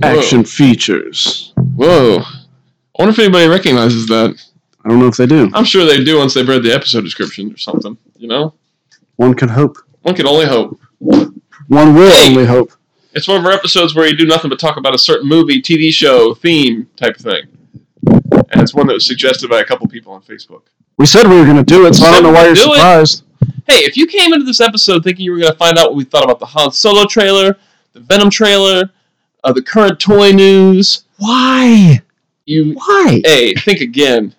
Description features. Whoa. I wonder if anybody recognizes that. I don't know if they do. I'm sure they do once they've read the episode description or something, you know? One could hope. One can only hope. One will Hey. only hope. It's one of our episodes where you do nothing but talk about a certain movie, TV show, theme type of thing. And it's one that was suggested by a couple people on Facebook. We said we were going to do it, so I don't know why you're Do it. surprised. Hey, if you came into this episode thinking you were going to find out what we thought about the Han Solo trailer, the Venom trailer, uh, the current toy news, Why? you, Why? hey, think again.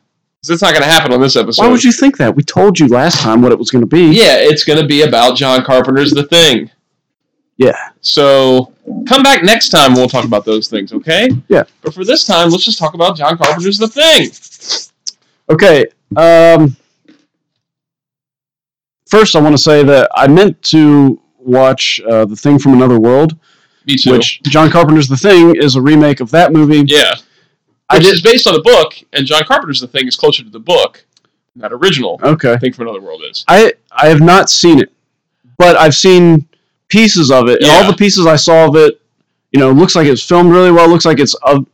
'Cause it's not going to happen on this episode. Why would you think that? We told you last time what it was going to be. Yeah, it's going to be about John Carpenter's The Thing. Yeah. So come back next time. We'll talk about those things, okay? Yeah. But for this time, let's just talk about John Carpenter's The Thing. Okay. Um, first, I want to say that I meant to watch uh, The Thing from Another World, Me too. which John Carpenter's The Thing is a remake of that movie. yeah, I which did. is based on a book, and John Carpenter's The Thing is closer to the book, not original. Okay. I think from Another World is. I I have not seen it, but I've seen pieces of it, and all Yeah. the pieces I saw of it, you know, looks like it's filmed really well. Looks like it's of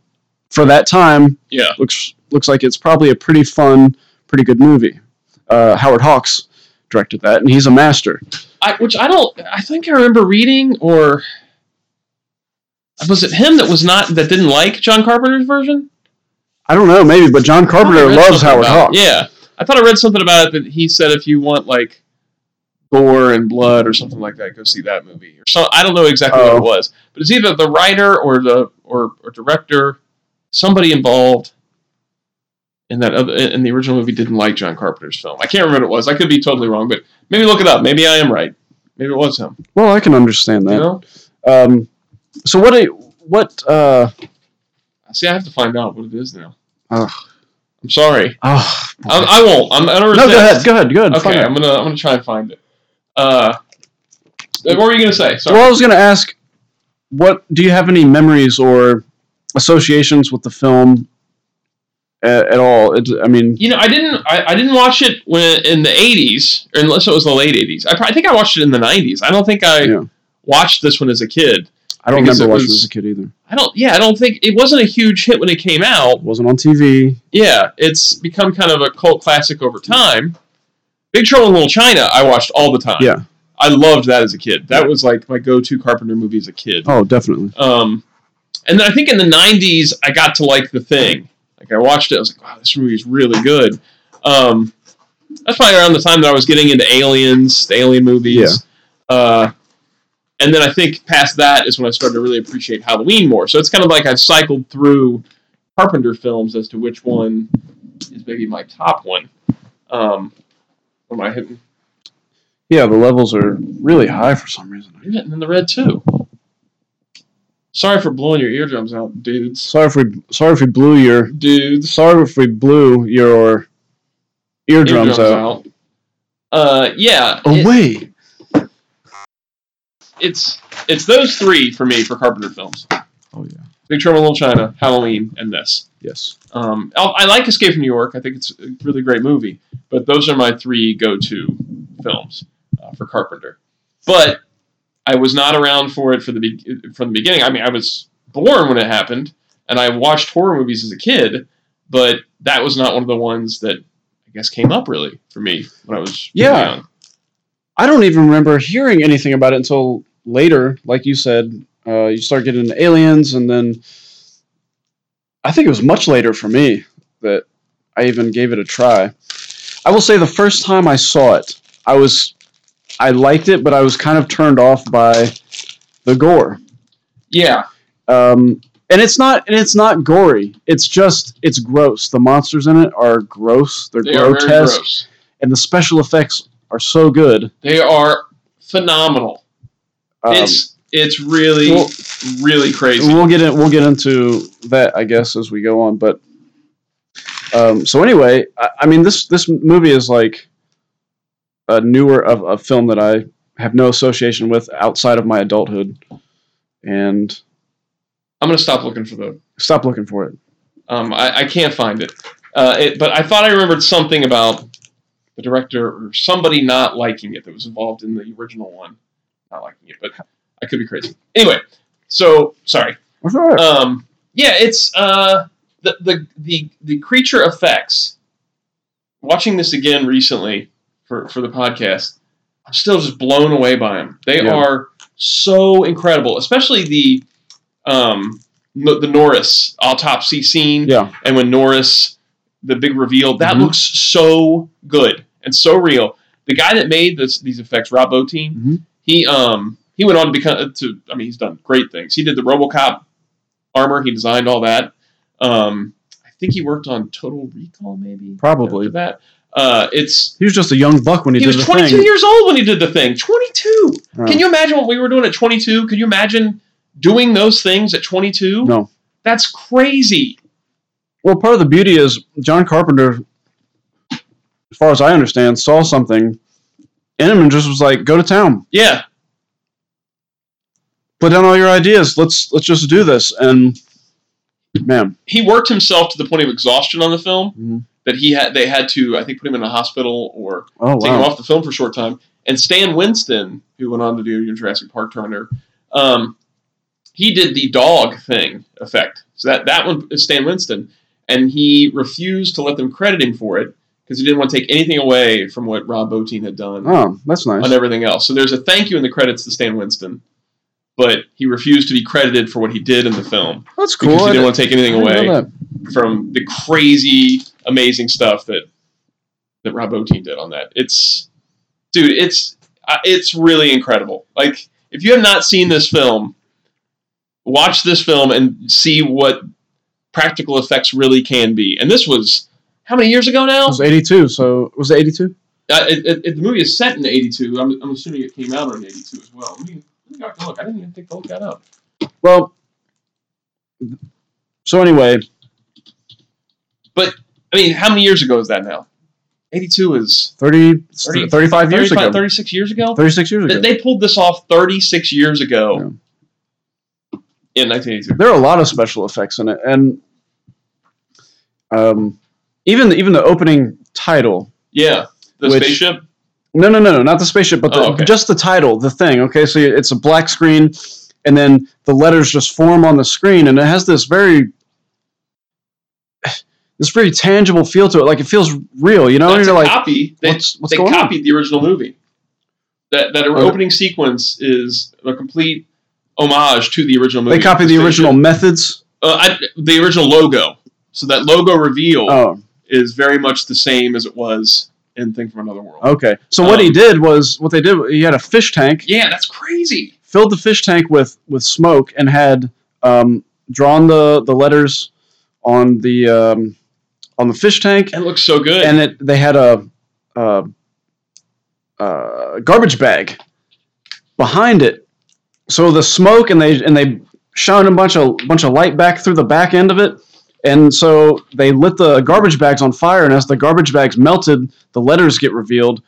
for that time. Yeah, looks looks like it's probably a pretty fun, pretty good movie. Uh, Howard Hawks directed that, and he's a master. I, which I don't. I think I remember reading or. Was it him that was not that didn't like John Carpenter's version? I don't know, maybe, but John I Carpenter read loves something Howard about- Hawks. Yeah, I thought I read something about it that he said if you want like gore and blood or something like that, go see that movie. Or so I don't know exactly what Oh. it was, but it's either the writer or the or, or director, somebody involved in that other, in the original movie didn't like John Carpenter's film. I can't remember what it was. I could be totally wrong, but maybe look it up. Maybe I am right. Maybe it was him. Well, I can understand You that. know? Um, so what? do you- What? Uh, See, I have to find out what it is now. Ugh. I'm sorry. oh, boy. I, I won't. I'm, I don't no, go resent. ahead, go ahead, go ahead. Okay, find out. I'm gonna I'm gonna try and find it. Uh, what were you gonna say? Sorry. Well, I was going to ask, what do you have any memories or associations with the film at, at all? It, I mean, you know, I didn't I, I didn't watch it when in the '80s, or unless it was the late '80s. I, pro- I think I watched it in the '90s. I don't think I Yeah. watched this one as a kid. I don't because it remember watching was- it as a kid either. I don't. Yeah, I don't think it wasn't a huge hit when it came out. It wasn't on TV. Yeah, it's become kind of a cult classic over time. Big Trouble in Little China, I watched all the time. Yeah. I loved that as a kid. That was like my go-to Carpenter movie as a kid. Oh, definitely. Um, and then I think in the '90s, I got to like the thing. Like I watched it, I was like, "Wow, this movie is really good." Um, that's probably around the time that I was getting into Aliens, the Alien movies. Uh, and then I think past that is when I started to really appreciate Halloween more. So it's kind of like I've cycled through Carpenter films as to which one is maybe my top one. Um, what am I hitting? Yeah, the levels are really high for some reason. You're hitting in the red too. Sorry for blowing your eardrums out, dudes. Sorry if we sorry if we blew your Dudes. sorry if we blew your eardrums, out. Oh, Uh, yeah, it- Away. it's it's those three for me for Carpenter films: Oh yeah. Big Trouble in Little China, Halloween, and this. Yes. Um, I, I like Escape from New York. I think it's a really great movie, but those are my three go-to films uh, for Carpenter. But I was not around for it for the be- from the beginning. I mean, I was born when it happened, and I watched horror movies as a kid, but that was not one of the ones that I guess came up really for me when I was really Yeah. young. I don't even remember hearing anything about it until later, like you said. Uh, you start getting into aliens, and then I think it was much later for me that I even gave it a try. I will say the first time I saw it, I was I liked it, but I was kind of turned off by the gore. Yeah, um, and it's not and it's not gory. It's just it's gross. The monsters in it are gross. They're They are grotesque, very gross. and the special effects are so good. They are phenomenal. Um, it's it's really well- really crazy. We'll get in, we'll get into that, I guess, as we go on. But um, so anyway, I, I mean this this movie is like a newer of a film that I have no association with outside of my adulthood, and I'm gonna stop looking for the. stop looking for it. Um, I, I can't find it. Uh, it. But I thought I remembered something about the director or somebody not liking it that was involved in the original one, not liking it. But I could be crazy. Anyway, so sorry. What's that? Um, yeah, it's uh, the, the the the creature effects. Watching this again recently for for the podcast, I'm still just blown away by them. They Yeah. are so incredible, especially the um, no, the Norris autopsy scene, yeah. and when Norris the big reveal that Mhm. looks so good and so real. The guy that made this, these effects, Rob Bottin, Mhm. he um he went on to become to I mean he's done great things. He did the RoboCop armor. He designed all that. Um, I think he worked on Total Recall maybe Probably. after that. Uh, it's He was just a young buck when he, he did was the 22 thing. Uh, years old when he did the thing. 22. Yeah. Can you imagine what we were doing at 22? Can you imagine doing those things at 22? No. That's crazy. Well, part of the beauty is John Carpenter, as far as I understand, saw something in him and just was like, "Go to town, Yeah. put down all your ideas. Let's let's just do this." And man, he worked himself to the point of exhaustion on the film Mhm. that he had they had to I think put him in a hospital or oh take him wow, off the film for a short time. And Stan Winston, who went on to do Jurassic Park Terminator, um, he did the dog thing effect. So that that one is Stan Winston, and he refused to let them credit him for it because he didn't want to take anything away from what Rob Bottin had done oh that's nice. on everything else. So there's a thank you in the credits to Stan Winston, but he refused to be credited for what he did in the film That's because cool. he I didn't want to take anything didn't- I didn't away know that. from the crazy, amazing stuff that that Rob Bottin did on that. It's, dude, it's uh, it's really incredible. Like, if you have not seen this film, watch this film and see what practical effects really can be. And this was how many years ago now? It was eighty-two. So was it eighty-two? Uh, it, it, it- the movie is set in '82. I'm, I'm assuming it came out in '82 as well. Let me, let me have to look. I didn't even think to look that up. Well, so anyway, I mean, how many years ago is that now? '82 is 30, 30 35 years 35, ago, 36 years ago. thirty-six years They, ago. they pulled this off 36 years ago in 1982. there are a lot of special effects in it, and um, even even the opening title. Yeah, the Which- spaceship. No, no, no, no, not the spaceship, but the, Oh, okay. just the title, the thing. Okay, so it's a black screen, and then the letters just form on the screen, and it has this very this very tangible feel to it. Like it feels real, you know. That's You're a like, copy. They, what's what's they going on? Oh. copied the original movie. That that Okay. opening sequence is a complete homage to the original movie. They copied the spaceship. original methods. Uh, I, the original logo. So that logo reveal Oh, is very much the same as it was in Thing from Another World. Oh, okay. So what he Um, did was what they did. He had a fish tank, Yeah, that's crazy. filled the fish tank with with smoke, and had um, drawn the the letters on the um, on the fish tank, It looks so good. and it they had a, a, a garbage bag behind it. So the smoke and they and they shone a bunch of bunch of light back through the back end of it, and so they lit the garbage bags on fire. And as the garbage bags melted, the letters get revealed.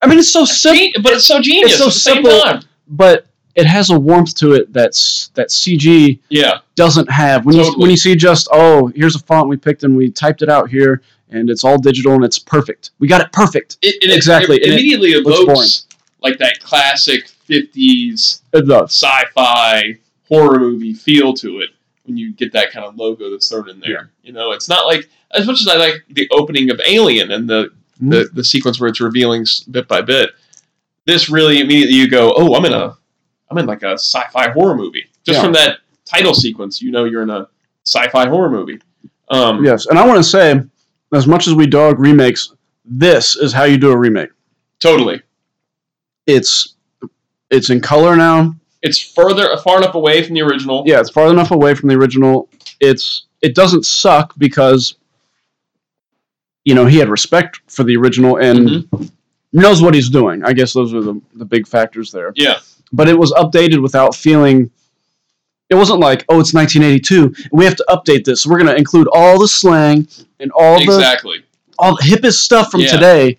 I mean, it's so simple, Gen- but it's so genius. it's so at the same simple. time. but it has a warmth to it that's that CG Yeah, doesn't have when you Totally. when you see just oh here's a font we picked and we typed it out here and it's all digital and it's perfect. We got it perfect. it, it, Exactly, It, and it immediately looks evokes like that classic '50s It does. sci-fi horror movie feel to it when you get that kind of logo that's thrown in there. You know, it's not like as much as I like the opening of Alien and the Mm-hmm. the, the sequence where it's revealing s- bit by bit. This really immediately you go, oh, I'm in a I'm in like a sci-fi horror movie just Yeah. from that title sequence. You know, you're in a sci-fi horror movie. Um, Yes, and I want to say as much as we dog remakes, this is how you do a remake. totally. It's it's in color now. It's further far enough away from the original. Yeah, it's far enough away from the original. It's it doesn't suck because you know he had respect for the original and Mhm. knows what he's doing. I guess those are the, the big factors there. yeah, but it was updated without feeling it wasn't like oh it's 1982 we have to update this we're going to include all the slang and all the exactly. all the hippest stuff from Yeah. today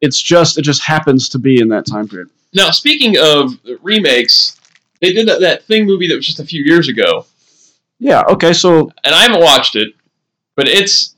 it's just it just happens to be in that time period Now, speaking of remakes, they did that, that thing movie that was just a few years ago, yeah okay so and I haven't watched it, but it's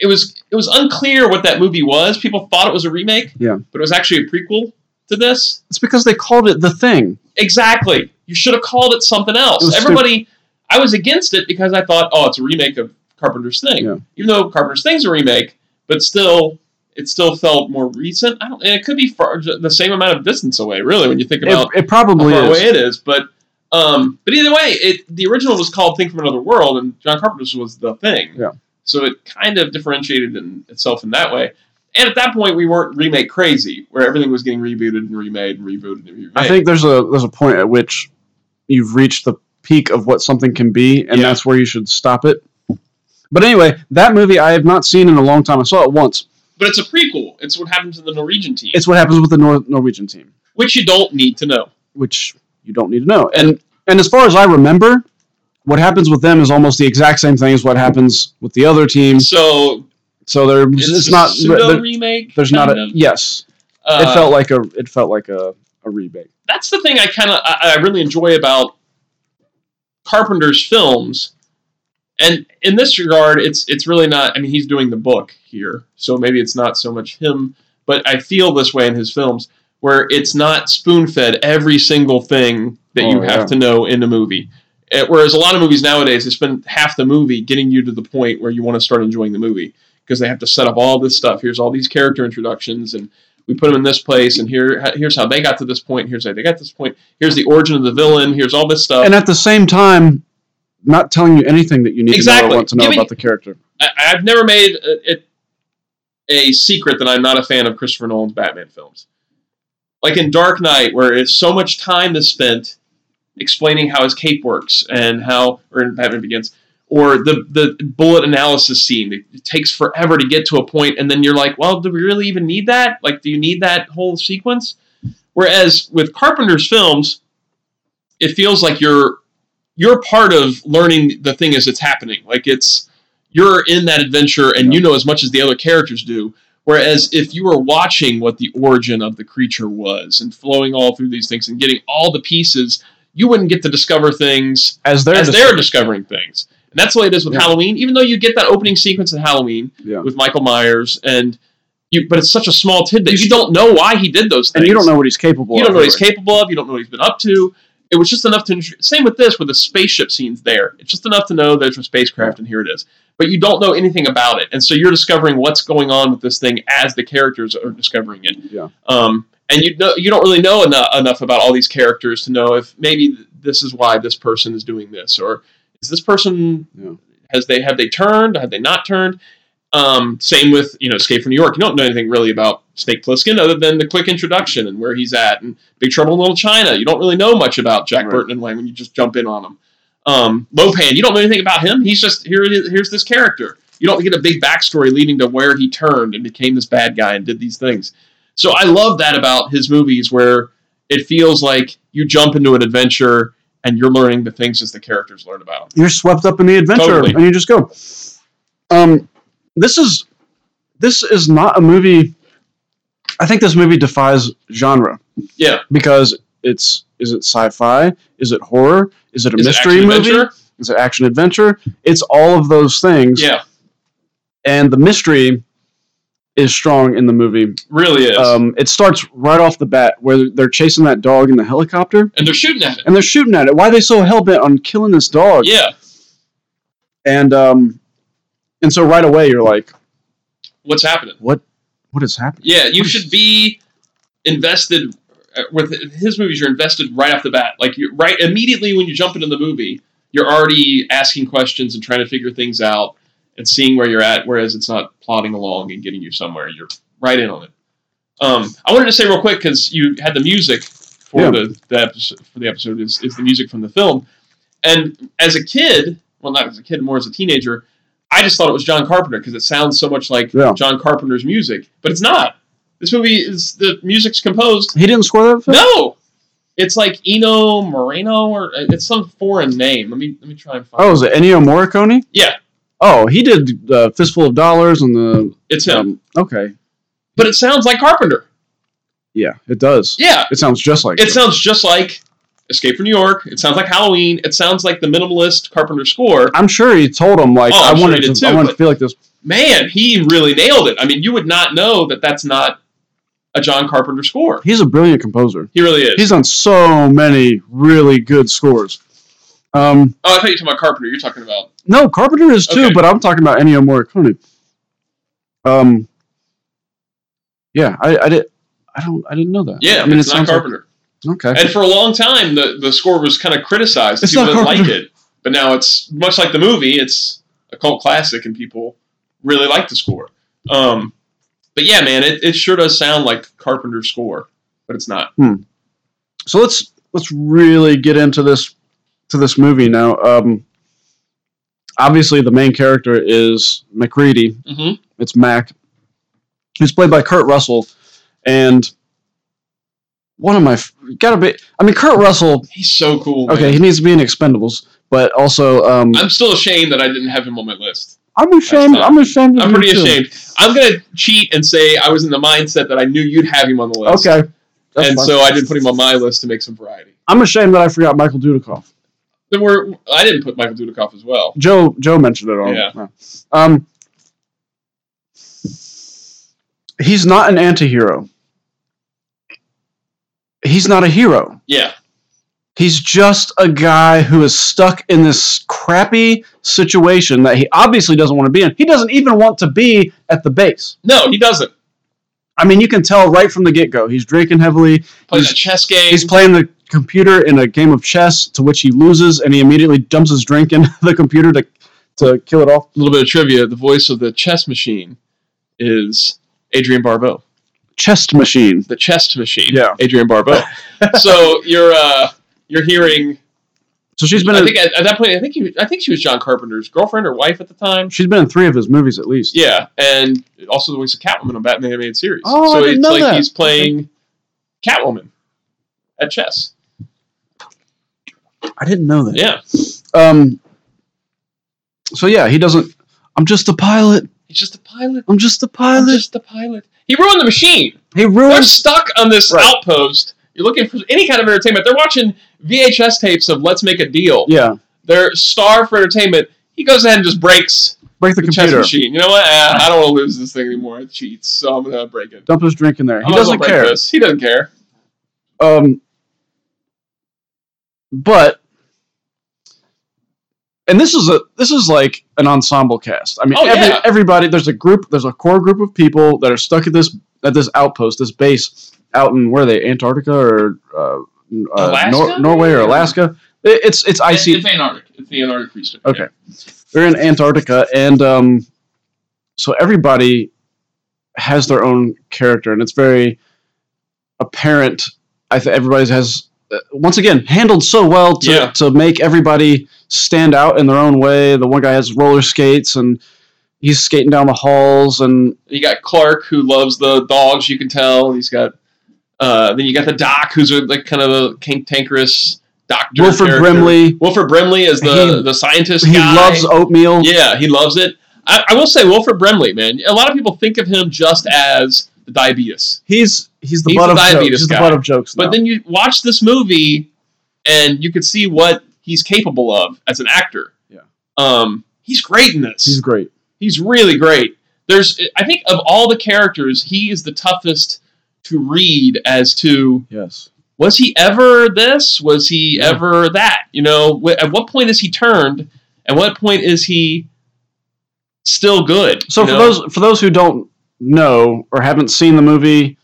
it was it was unclear what that movie was. People thought it was a remake, Yeah. but it was actually a prequel to this. it's because they called it the thing Exactly. You should have called it something else. It was Everybody I was against it because I thought, oh, it's a remake of Carpenter's Thing, Yeah. even though Carpenter's Thing's a remake, but still, it still felt more recent. I don't, and it could be far, the same amount of distance away, really, when you think about It, it how probably far is. away it is. But um, but either way, it the original was called Thing from Another World, and John Carpenter's was the thing. Yeah. So it kind of differentiated in itself in that way. And at that point, we weren't remake crazy, where everything was getting rebooted and remade and rebooted and remade. I think there's a there's a point at which you've reached the peak of what something can be, and Yeah. that's where you should stop it. But anyway, that movie I have not seen in a long time. I saw it once. but it's a prequel. It's what happened to the Norwegian team, It's what happens with the Nor- Norwegian team, which you don't need to know. which you don't need to know. And and as far as I remember, what happens with them is almost the exact same thing as what happens with the other team. So So there, it's, it's, a not. pseudo there- remake. there's not kind a of. yes. Uh, It felt like a. It felt like a a rebate. that's the thing I kind of I, I really enjoy about Carpenter's films. And in this regard, it's it's really not. I mean, he's doing the book here, so maybe it's not so much him. But I feel this way in his films, where it's not spoon fed every single thing that you Oh, have yeah. to know in a movie. Eh, whereas a lot of movies nowadays, they spend half the movie getting you to the point where you want to start enjoying the movie because they have to set up all this stuff. Here's all these character introductions, and we put them in this place, and here here's how they got to this point. Here's how they got to this point. Here's the origin of the villain. Here's all this stuff. and at the same time, not telling you anything that you need to know Exactly. or want to know Giving- about the character. I, I've never made a, it a secret that I'm not a fan of Christopher Nolan's Batman films. Like in Dark Knight, where it's so much time is spent explaining how his cape works and how, or in Batman Begins, or the the bullet analysis scene. It takes forever to get to a point, and then you're like, well, do we really even need that? Like, do you need that whole sequence? Whereas with Carpenter's films, it feels like you're you're part of learning the thing as it's happening. Like it's you're in that adventure and you know as much as the other characters do. Whereas if you were watching what the origin of the creature was and flowing all through these things and getting all the pieces, you wouldn't get to discover things As they're as dis- they're discovering things. And that's the way it is with Yeah. Halloween, even though you get that opening sequence in Halloween yeah. with Michael Myers and you but it's such a small tidbit. You don't know why he did those things. and you don't know what he's capable. You of don't know what he's really. capable of. You don't know what he's been up to. It was just enough to. Same with this, with the spaceship scenes there. It's just enough to know there's a spacecraft and here it is. But you don't know anything about it. And so you're discovering what's going on with this thing as the characters are discovering it. Yeah. Um, and you, know, you don't really know enough, enough about all these characters to know if maybe this is why this person is doing this or is this person Yeah. has they have they turned have they not turned um, same with you know escape from new york you don't know anything really about snake plissken other than the quick introduction and where he's at and big trouble in little china you don't really know much about jack Right. burton and lang when you just jump in on him um, lopan you don't know anything about him he's just here it is- here's this character you don't get a big backstory leading to where he turned and became this bad guy and did these things so i love that about his movies where it feels like you jump into an adventure and you're learning the things as the characters learn about them You're swept up in the adventure, Totally. and you just go. Um, this is this is not a movie. I think this movie defies genre yeah because it's is it sci-fi? Is it horror? Is it a Is it mystery action movie? adventure? Is it action adventure? It's all of those things, Yeah, and the mystery is strong in the movie. really is. Um, it starts right off the bat where they're chasing that dog in the helicopter and they're shooting at it. and they're shooting at it. Why are they so hell bent on killing this dog? Yeah. And um, and so right away you're like, What's happening? what, what is happening? Yeah, you should be invested uh, with his movies. You're invested right off the bat. Like you right immediately when you jump into the movie, you're already asking questions and trying to figure things out and seeing where you're at. Whereas it's not plodding along and getting you somewhere. You're right in on it. Um, I wanted to say real quick because you had the music for Yeah. the, the episode, for the episode is, is the music from the film. And as a kid, well, not as a kid, more as a teenager, I just thought it was John Carpenter because it sounds so much like Yeah. John Carpenter's music, but it's not. This movie is the music's composed. He didn't score that. film? No, it's like Eno Moreno or uh, it's some foreign name. Let me let me try and find. Oh, is it Ennio Morricone? Yeah. Oh, he did the fistful of dollars and the. it's him. Um, okay. but it sounds like Carpenter. Yeah, it does. Yeah, It sounds just like it sounds just like Escape from New York. It sounds like Halloween. It sounds like the minimalist Carpenter score. I'm sure he told him like Oh, I I'm sure wanted he did to. too, I wanted to but- feel like this. Man, he really nailed it. I mean, you would not know that that's not a John Carpenter score. He's a brilliant composer. He really is. He's done so many really good scores. Um, Oh, I thought you were talking about Carpenter. You're talking about no, Carpenter is too, Okay. but I'm talking about Ennio Morricone. Um, yeah, I, I did. I don't. I didn't know that. yeah. I mean, it's it not sounds Carpenter. Like, okay. And for a long time, the, the score was kind of criticized. It's people not didn't like Carpenter. it. But now it's much like the movie. It's a cult classic, and people really like the score. Um, but yeah, man, it, it sure does sound like Carpenter's score, but it's not. so let's let's really get into this to this movie now. Um, obviously, the main character is McCready, Mm-hmm. it's Mac, who's played by Kurt Russell, and one of my f- gotta be. I mean, Kurt Russell. He's so cool. man. Okay, he needs to be in Expendables, but also um, I'm still ashamed that I didn't have him on my list. I'm ashamed. fine. I'm ashamed. Of I'm you pretty too. ashamed. I'm gonna cheat and say I was in the mindset that I knew you'd have him on the list. Okay, that's and fine. so I didn't put him on my list to make some variety. I'm ashamed that I forgot Michael Dudikoff. Then we're, I didn't put Michael Dudikoff as well. Joe Joe mentioned it all. Yeah. Um, he's not an anti-hero. He's not a hero. Yeah, He's just a guy who is stuck in this crappy situation that he obviously doesn't want to be in. He doesn't even want to be at the base. no, he doesn't. I mean, you can tell right from the get go. He's drinking heavily. plays He's- a chess game. He's playing the computer in a game of chess to which he loses, and he immediately dumps his drink into the computer to, to kill it off. a little bit of trivia: the voice of the chess machine is Adrian Barbeau. Chest machine. The chess machine, Yeah. Adrian Barbeau. so you're uh, you're hearing. So she's been I in, think at, at that point, I think he, I think she was John Carpenter's girlfriend or wife at the time. she's been in three of his movies at least. Yeah, and also the voice of Catwoman on Batman animated series. Oh, I so didn't it's know like that. he's playing Catwoman at chess. I didn't know that. Yeah, Um. So yeah, he doesn't. I'm just a pilot. he's just a pilot. I'm just a I'm pilot. just a pilot. He ruined the machine. he They're ruins stuck on this Right. outpost. You're looking for any kind of entertainment. They're watching VHS tapes of Let's Make a Deal. Yeah, They're starved for entertainment. He goes ahead and just breaks break the, the chess computer. machine. You know what? Ah, I don't want to lose this thing anymore. It cheats, so I'm gonna break it. Dump his drink in there. I'm He not doesn't gonna break care. This. He doesn't care. Um, but and this is a this is like an ensemble cast. I mean, Oh, every, yeah. everybody. There's a group. There's a core group of people that are stuck at this at this outpost, this base out in where are they Antarctica or uh, uh, Alaska? Nor- Norway or Yeah. Alaska. It, it's it's I icy. It's Antarctic. It's the Antarctic region. Okay. Yeah. they're in Antarctica, and um, so everybody has their own character, and it's very apparent. I think everybody has uh, once again handled so well to Yeah. to make everybody stand out in their own way. The one guy has roller skates and. He's skating down the halls, and You got Clark who loves the dogs. You can tell. He's got. Uh, then you got the Doc, who's a, like kind of a cantankerous doctor. Wilfred character. Brimley. Wilfred Brimley is the He- the scientist. He guy. loves oatmeal. Yeah, he loves it. I, I will say Wilfred Brimley, man. A lot of people think of him just as the diabetes, He's he's the He's butt the of jokes. diabetes He's guy. the butt of jokes. but now. then you watch this movie, and you can see what he's capable of as an actor. Yeah. um, he's great in this. he's He's, great. really great. There's, I think, of all the characters, he is the toughest to read as to Yes. was he ever this? Was he Yeah. ever that? You know, wh- at what point is he turned? At what point is he still good? So you for know? those for those who don't know or haven't seen the movie,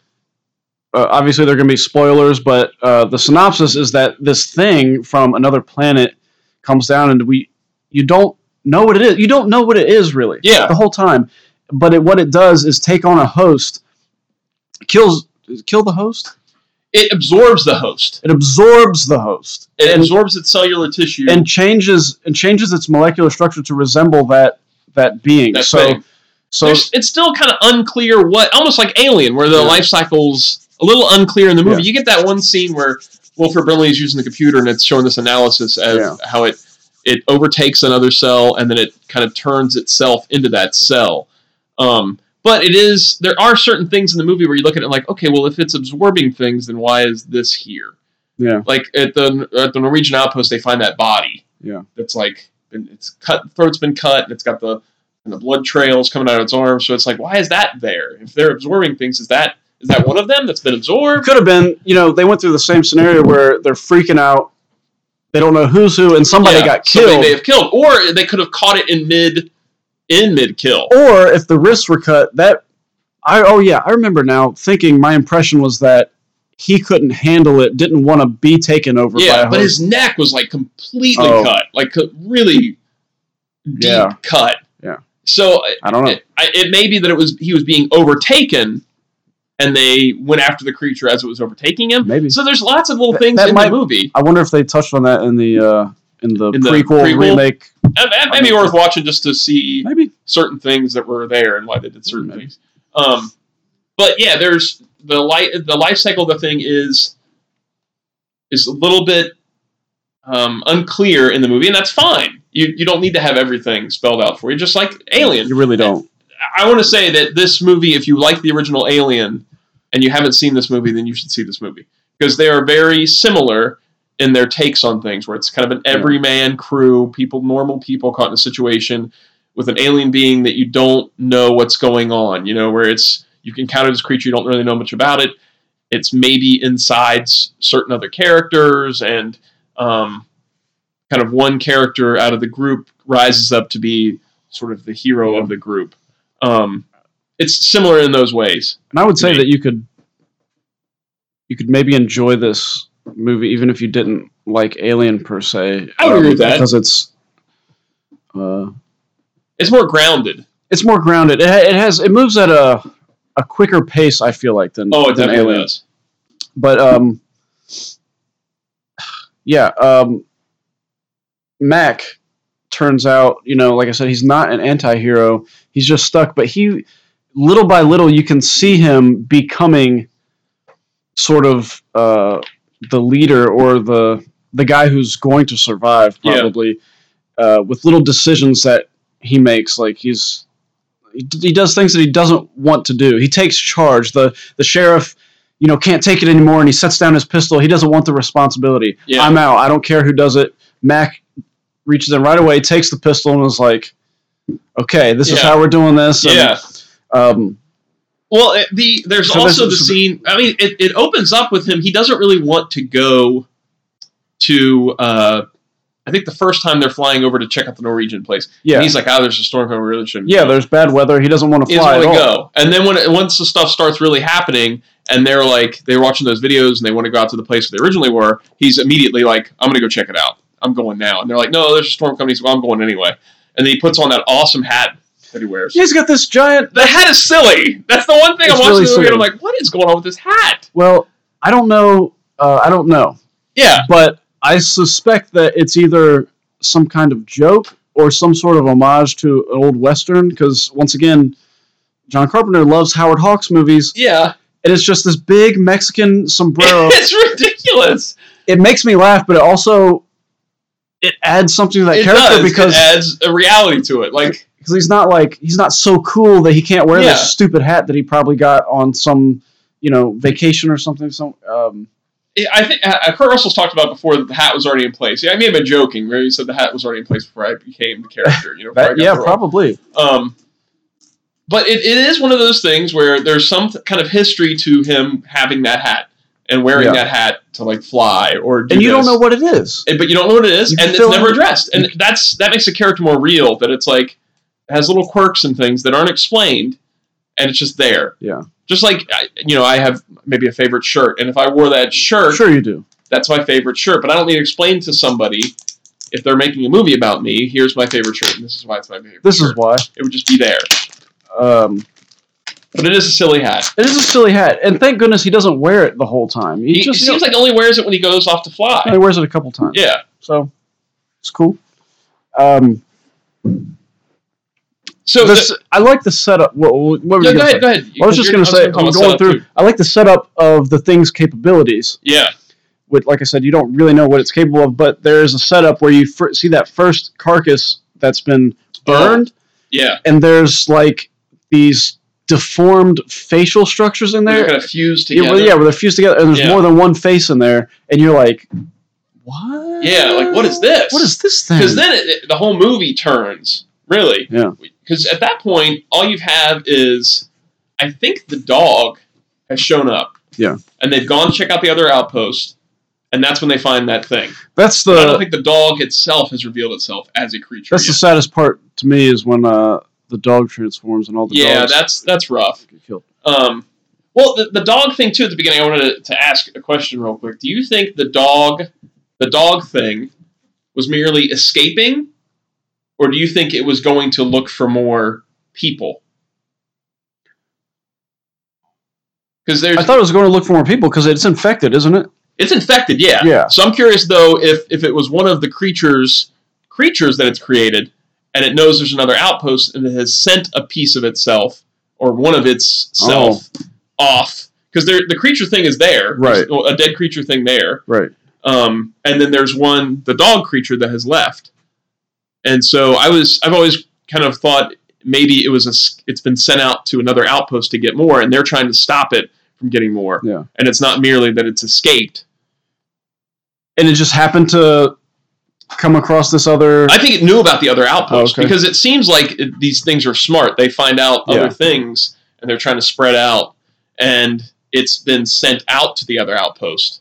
uh, obviously there are going to be spoilers. But uh, the synopsis is that this thing from another planet comes down, and we you don't know what it is. You don't know what it is really. Yeah. The whole time, but it, what it does is take on a host, kills kill the host. it absorbs the host. It absorbs the host. It and, absorbs its cellular tissue. and changes and changes its molecular structure to resemble that that being. that so thing. so There's- it's still kind of unclear what, almost like Alien, where the Yeah. life cycle's a little unclear in the movie. You get that one scene where Wilfred Brimley is using the computer and it's showing this analysis as Yeah. how it it overtakes another cell and then it kind of turns itself into that cell. Um, but it is there are certain things in the movie where you look at it like, okay, well, if it's absorbing things, then why is this here? yeah Like at the at the Norwegian outpost, they find that body. Yeah. that's like been- it's cut. Throat's been cut, and it's got the and the blood trails coming out of its arm. So it's like, why is that there? If they're absorbing things, is that is that one of them that's been It absorbed? could have been, you know, they went through the same scenario where they're freaking out. They don't know who's who, and somebody Yeah, got somebody killed. may have killed, or they could have caught it in mid in mid kill. or if the wrists were cut, that I oh yeah, I remember now thinking my impression was that he couldn't handle it, didn't want to be taken over by Yeah, a but hook. his neck was like completely Oh. cut, like co- really deep Yeah. cut. Yeah. So I- I don't know. it, I- it may be that it was he was being overtaken, and they went after the creature as it was overtaking him. Maybe So there's lots of little That- things that in might- the movie. I wonder if they touched on that in the uh, in the In the prequel, prequel? remake. And, and maybe mean- worth watching just to see Maybe certain things that were there and why they did certain Maybe. things. Um, but yeah, there's the life the life cycle of the thing is is a little bit um, unclear in the movie, and that's fine. You you don't need to have everything spelled out for you, just like Alien. you really don't. I want to say that this movie, if you like the original Alien and you haven't seen this movie, then you should see this movie because they are very similar in their takes on things. Where it's kind of an Yeah. everyman crew, people, normal people caught in a situation with an alien being that you don't know what's going on. You know, where it's you encounter this creature, you don't really know much about it. It's maybe inside s- certain other characters, and um, kind of one character out of the group rises up to be sort of the hero of the group. Um, it's similar in those ways. And I would say Maybe. that you could you could maybe enjoy this movie even if you didn't like Alien per se. I would agree with that. because it's uh, It's more grounded. it's more grounded. It, ha- it has it moves at a a quicker pace. I feel like than Oh, it than definitely Alien. does. But um, yeah, um, Mac turns out you know, like I said, he's not an anti-hero. He's just stuck. But he, little by little, you can see him becoming sort of uh, the leader or the the guy who's going to survive, Yeah. probably, uh, with little decisions that he makes. Like he's he d- he does things that he doesn't want to do. He takes charge. the The sheriff, you know, can't take it anymore, and he sets down his pistol. He doesn't want the responsibility. Yeah. I'm out. I don't care who does it. Mac reaches in right away, takes the pistol, and is like, "Okay, this is Yeah. how we're doing this." and, yeah. Um, Well, it- the there's So also this- the scene. I mean, it, it opens up with him. He doesn't really want to go to. Uh, I think the first time they're flying over to check out the Norwegian place, yeah. and he's like, "Oh, there's a storm coming. We Really shouldn't." yeah, go." there's bad weather. He doesn't want to He doesn't fly want at to all. go. And then when it, once the stuff starts really happening, and they're like they're watching those videos and they want to go out to the place where they originally were, he's immediately like, "I'm going to go check it out. I'm going now." And they're like, "No, there's a storm coming." He's like, "Well, I'm going anyway." And then he puts on that awesome hat that he wears. He's got this giant The hat is silly. That's the one thing It's I'm watching really the movie and I'm silly. like, what is going on with this hat? Well, I don't know. Uh, I don't know, Yeah, but I suspect that it's either some kind of joke or some sort of homage to an old western. Because once again, John Carpenter loves Howard Hawks movies, yeah. and it's just this big Mexican sombrero. it's ridiculous. it makes me laugh, but it also it adds something to that It does. character because it adds a reality to it. Like, because he's not like he's not so cool that he can't wear Yeah. this stupid hat that he probably got on some you know vacation or something. Some um, it- I think uh, Kurt Russell's talked about before that the hat was already in place. Yeah, I may have been joking. Where he said the hat was already in place before I became the character. You know, before I that, got yeah, the role. probably. Um, but it, it is one of those things where there's some th- kind of history to him having that hat and wearing Yeah. that hat to like fly or. Do and you this. don't know what it is. and- but you don't know what it is, You and it's fill in- never addressed. And that's that makes the character more real. That it's like it has little quirks and things that aren't explained, and it's just there. Yeah. Just like I- you know, I have maybe a favorite shirt, and if I wore that shirt, Sure, you do. that's my favorite shirt. But I don't need to explain to somebody if they're making a movie about me. Here's my favorite shirt, and this is why it's my favorite. This is shirt." why. it would just be there. Um, But it is a silly hat. it is a silly hat, and thank goodness he doesn't wear it the whole time. He, He, just it seems like he only wears it when he goes off to fly. he wears it a couple times. yeah, So it's cool. Um, so this, the- I like the setup. What, what were you no, gonna go say? ahead, go ahead. I was just You're- going to say, talk I'm about going setup, through. too. I like the setup of the thing's capabilities. Yeah, With, like I said, you don't really know what it's capable of, but there is a setup where you fir- see that first carcass that's been burned, yeah. and there's like these deformed facial structures in They're there. kind of fused Yeah, together. well, yeah, where they're fused together, and there's Yeah. more than one face in there, and you're like, what? Yeah, like, what is this? What is this thing? because then it, it- the whole movie turns really. Yeah. Because at that point, all you have is, I think the dog has shown up. Yeah. And they've gone to check out the other outpost, and that's when they find that thing. That's But I don't the think the dog itself has revealed itself as a creature. that's the yet. saddest part to me is when uh, the dog transforms and all the yeah, dogs that's that's rough. get killed. Um, well, the, the dog thing too. At the beginning, I wanted to, to ask a question real quick. Do you think the dog, the dog thing, was merely escaping, or do you think it was going to look for more people? Because there's I thought it was going to look for more people because it's infected, isn't it? It's infected, yeah. Yeah. So I'm curious though if if it was one of the creatures creatures that it's created and it knows there's another outpost and it has sent a piece of itself or one of its self Oh. off because the creature thing is there, Right. There's a dead creature thing there, Right. um, and then there's one the dog creature that has left, and so I was I've always kind of thought maybe it was a s- it's been sent out to another outpost to get more and they're trying to stop it from getting more Yeah. and it's not merely that it's escaped And it just happened to come across this other. I think it knew about the other outpost Oh, okay. because it seems like it, these things are smart. They find out Yeah. other things and they're trying to spread out. And it's been sent out to the other outpost.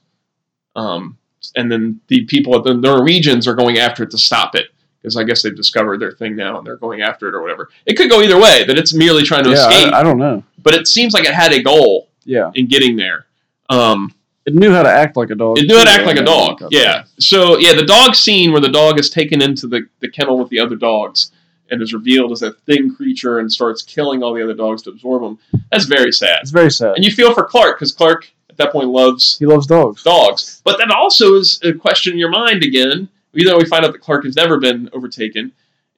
Um, and then the people at the Norwegians are going after it to stop it because I guess they've discovered their thing now and they're going after it or whatever. It could go either way that it's merely trying to yeah, escape, I, I don't know. but it seems like it had a goal Yeah, in getting there. Um, it knew how to act like a dog. it knew how to too, act like a yeah. dog. Yeah. So yeah, the dog scene where the dog is taken into the, the kennel with the other dogs and is revealed as a thin creature and starts killing all the other dogs to absorb them. That's very sad. it's very sad. And you feel for Clark because Clark at that point loves He loves dogs. dogs. But that also is a question in your mind again. Even though we find out that Clark has never been overtaken,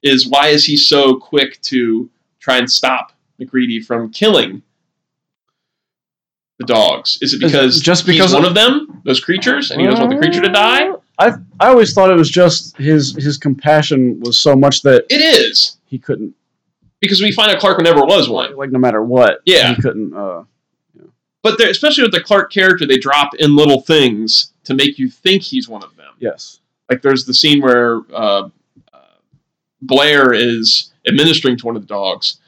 is why is he so quick to try and stop McReady from killing the dogs? Is it Is it because just he's because one of- of them, those creatures, and he doesn't want the creature to die? I I always thought it was just his his compassion was so much that It is he couldn't because we find out Clark never was one. like no matter what. Yeah. he couldn't. Uh, But there, especially with the Clark character, they drop in little things to make you think he's one of them. yes, like there's the scene where uh, uh, Blair is administering to one of the dogs,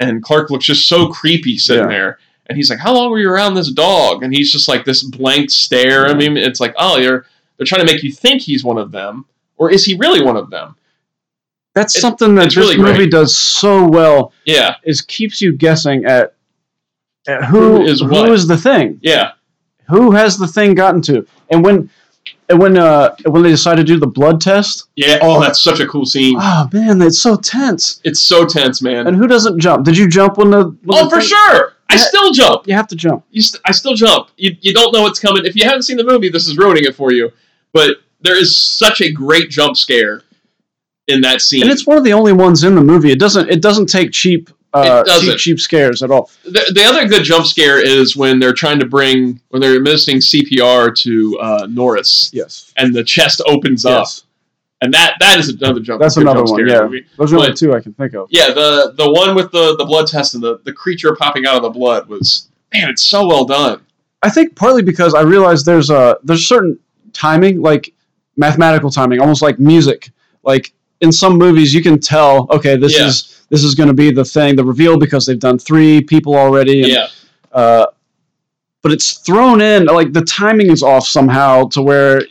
and Clark looks just so creepy sitting Yeah. there, and he's like, "How long were you around this dog?" And he's just like this blank stare. I mean, it's like, oh, you're they're trying to make you think he's one of them, or is he really one of them? that's It- something that it's this really movie great. does so well Yeah, is keeps you guessing at, at Who who is what? who is the thing. yeah, who has the thing gotten to? And when and when uh when they decide to do the blood test, yeah. Oh, that's such a cool scene. oh man, that's so tense. It's so tense, man. And who doesn't jump? Did you jump when the when Oh, the for thing- sure. I Yeah. still jump. You have to jump. you st- I still jump. You, you don't know what's coming. If you haven't seen the movie, this is ruining it for you. But there is such a great jump scare in that scene. And it's one of the only ones in the movie. It doesn't it doesn't take cheap uh It doesn't. cheap cheap scares at all. the, the other good jump scare is when they're trying to bring when they're administering CPR to uh, Norris, Yes. and the chest opens up, Yes. and that that is another jump. That's good another jump one, scare yeah. movie. Those are the only But- two I can think of. Yeah, the the one with the the blood test and the the creature popping out of the blood was man, it's so well done. I think partly because I realized there's a there's certain timing, like mathematical timing, almost like music. Like in some movies, you can tell, okay, this Yeah. is this is going to be the thing, the reveal, because they've done three people already. and, yeah, Uh, but it's thrown in, like the timing is off somehow, to where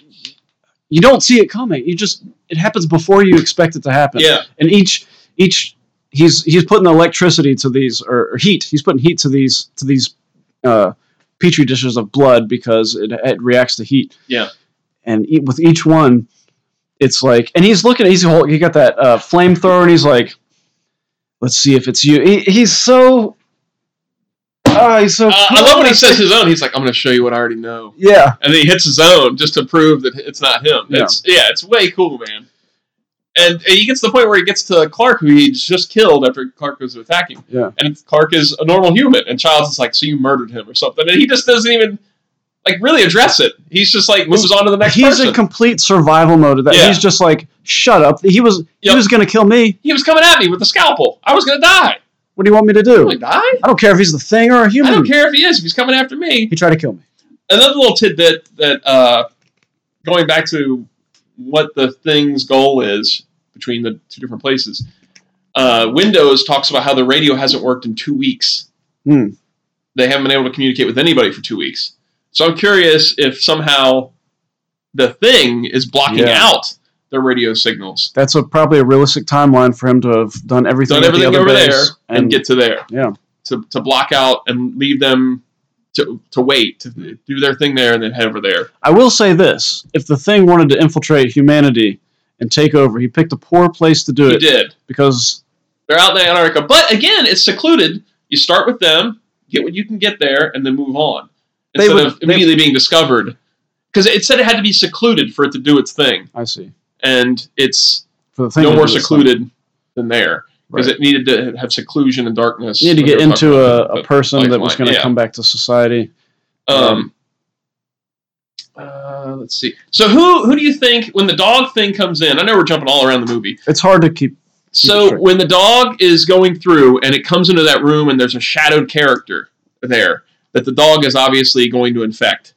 you don't see it coming. You just it happens before you expect it to happen. yeah, And each each he's he's putting electricity to these or, or heat. He's putting heat to these to these uh, petri dishes of blood because it, it reacts to heat. Yeah. And e- with each one, it's like, and he's looking. He's whole. He got that uh, flamethrower, and he's like, "Let's see if it's you." He, he's so. Ah, he's so. Uh, I love when he says his own. He's like, "I'm going to show you what I already know." Yeah. and then he hits his own just to prove that it's not him. Yeah. It's yeah, it's way cool, man. And he gets to the point where he gets to Clark, who he's just killed after Clark goes to attack him. Yeah. And Clark is a normal human, and Childs is like, "So you murdered him or something?" And he just doesn't even like really address it. He's just like moves on to the next he's person. in complete survival mode. Of that Yeah. he's just like, "Shut up!" He was Yep. he was gonna kill me. he was coming at me with a scalpel. I was gonna die. What do you want me to I'm do? gonna die. I don't care if he's the thing or a I human. don't care if he is. If he's coming after me. He tried to kill me. another little tidbit that uh, going back to what the thing's goal is between the two different places uh, windows talks about how the radio hasn't worked in two weeks Hmm. they haven't been able to communicate with anybody for two weeks so i'm curious if somehow the thing is blocking Yeah. out their radio signals. That's a, probably a realistic timeline for him to have done everything. Done at the everything other over there base and, get to there. Yeah. To, to block out and leave them to, to wait, to do their thing there and then head over there. I will say this: if the thing wanted to infiltrate humanity and take over, he picked a poor place to do He it did. because They're out in Antarctica. But again, it's secluded. You start with them, get what you can get there, and then move on. They Instead would- of they- immediately being discovered. Because it said it had to be secluded for it to do its thing. I see And it's for the thing no to more do this secluded than there. Because Right. it needed to have seclusion and darkness. thing. You need to Like get we were talking into a, about a the person that was lifeline, going to yeah. come back to society. Um, uh, let's see. So who who do you think when the dog thing comes in? I know we're jumping all around the movie. It's hard to keep. So Sure. when the dog is going through and it comes into that room and there's a shadowed character there that the dog is obviously going to infect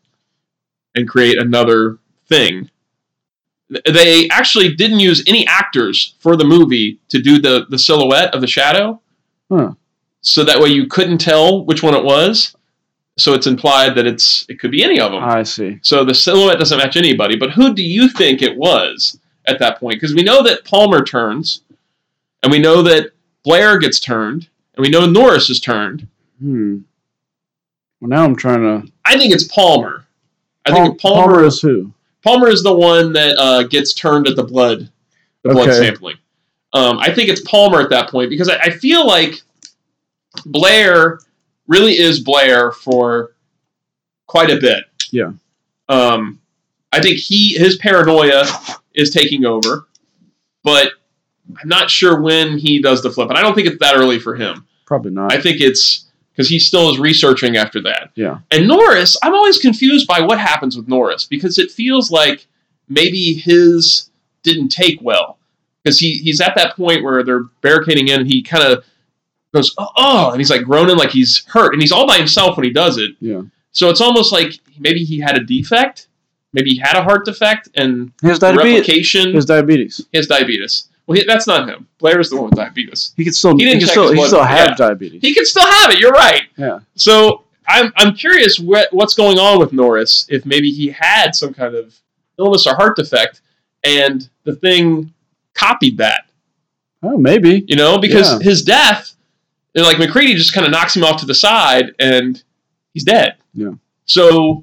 and create another thing. Th- They actually didn't use any actors for the movie to do the the silhouette of the shadow. Huh. So that way you couldn't tell which one it was. So it's implied that it's it could be any of them. I see. So the silhouette doesn't match anybody, but who do you think it was at that point? Because we know that Palmer turns, and we know that Blair gets turned, and we know Norris is turned. Hmm. Well, now I'm trying to. I think it's Palmer. I think Pal- Palmer. Palmer, is who? is the one that uh, gets turned at the blood, the blood Okay. sampling. Um, I think it's Palmer at that point because I, I feel like Blair really is Blair for quite a bit. Yeah. Um, I think he his paranoia is taking over, but I'm not sure when he does the flip, and I don't think it's that early for him. Probably not. I think it's because he still is researching after that. Yeah. And Norris, I'm always confused by what happens with Norris because it feels like maybe his didn't take well because he he's at that point where they're barricading in. And he kind of goes oh, oh, and he's like groaning like he's hurt, and he's all by himself when he does it. Yeah. So it's almost like maybe he had a defect, maybe he had a heart defect, and His diabetes. replication His diabetes. he has diabetes. Well, he, that's not him. Blair's the one with diabetes He could still. He He, didn't could check still. his He blood- still have yeah. diabetes. he could still have it. You're right. Yeah. So I'm I'm curious what what's going on with Norris. If maybe he had some kind of illness or heart defect, and the thing copied that. oh, maybe. You know, because Yeah. his death, and like McCready just kind of knocks him off to the side, and he's dead. Yeah. So.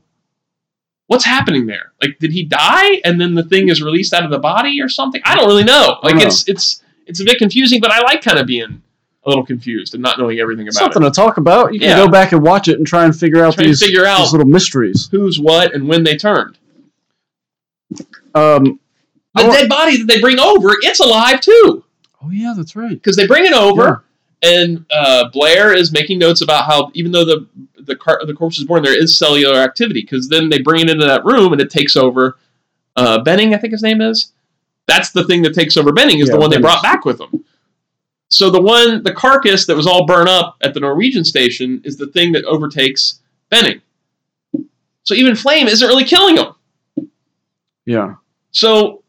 What's happening there? Like, did he die, and then the thing is released out of the body, or something? I don't really know. I Like, don't it's it's it's a bit confusing, but I like kind of being a little confused and not knowing everything about it. Something to talk about. You can Yeah. go back and watch it and try and figure out Try to these figure out- these little mysteries. who's what and when they turned. Um. I The want- dead body that they bring over, it's alive too, Oh yeah, that's right. because they bring it over, and uh, Blair is making notes about how even though the the car, the corpse is born, there is cellular activity, because then they bring it into that room and it takes over. Uh, Benning, I think his name is. That's the thing that takes over Benning is Yeah, the one they Benning. brought back with them. So the one, the carcass that was all burnt up at the Norwegian station is the thing that overtakes Benning. So even Flame isn't really killing him. Yeah. So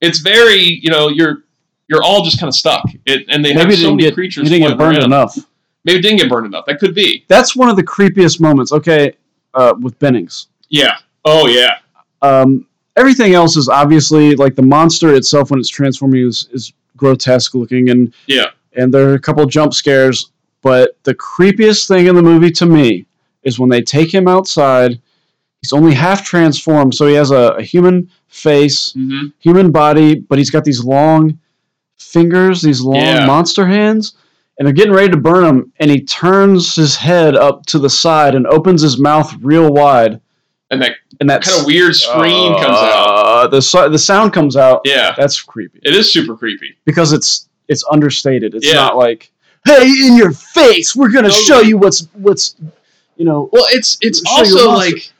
it's very, you know, you're you're all just kind of stuck. It, and they Maybe have it so didn't many get creatures. he didn't get floating burned around. enough. Maybe it didn't get burned enough. That could be. That's one of the creepiest moments. Okay, uh, with Bennings. Yeah. Oh yeah. Um, everything else is obviously like the monster itself when it's transforming is, is grotesque looking, and Yeah. and there are a couple jump scares. But the creepiest thing in the movie to me is when they take him outside. He's only half transformed, so he has a, a human face, hmm human body, but he's got these long fingers, these long Yeah. monster hands, and they're getting ready to burn him. And he turns his head up to the side and opens his mouth real wide, And that and that kind of weird scream Oh. comes out. The so- the sound comes out. Yeah. That's creepy It is super creepy. because it's it's understated. It's Yeah. not like hey in your face, we're gonna Totally. show you what's what's you know. Well, it's it's Show you also a monster. like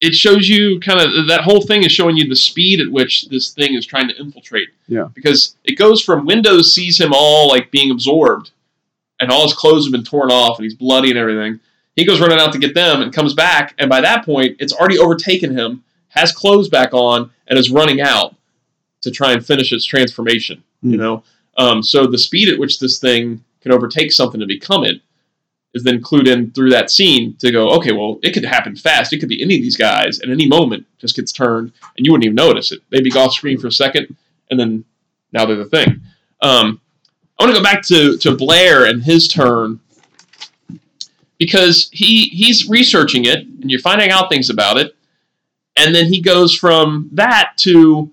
it shows you kind of that whole thing is showing you the speed at which this thing is trying to infiltrate. Yeah. Because it goes from Windows sees him all like being absorbed, and all his clothes have been torn off, and he's bloody and everything. He goes running out to get them, and comes back, and by that point, it's already overtaken him, has clothes back on, and is running out to try and finish its transformation. You Mm. know, um, so the speed at which this thing can overtake something to become it is then clued in through that scene to go, okay, well, it could happen fast. It could be any of these guys at any moment just gets turned, and you wouldn't even notice it. They'd be off screen for a second, and then now they're the thing. Um, I want to go back to to Blair and his turn because he he's researching it, and you're finding out things about it, and then he goes from that to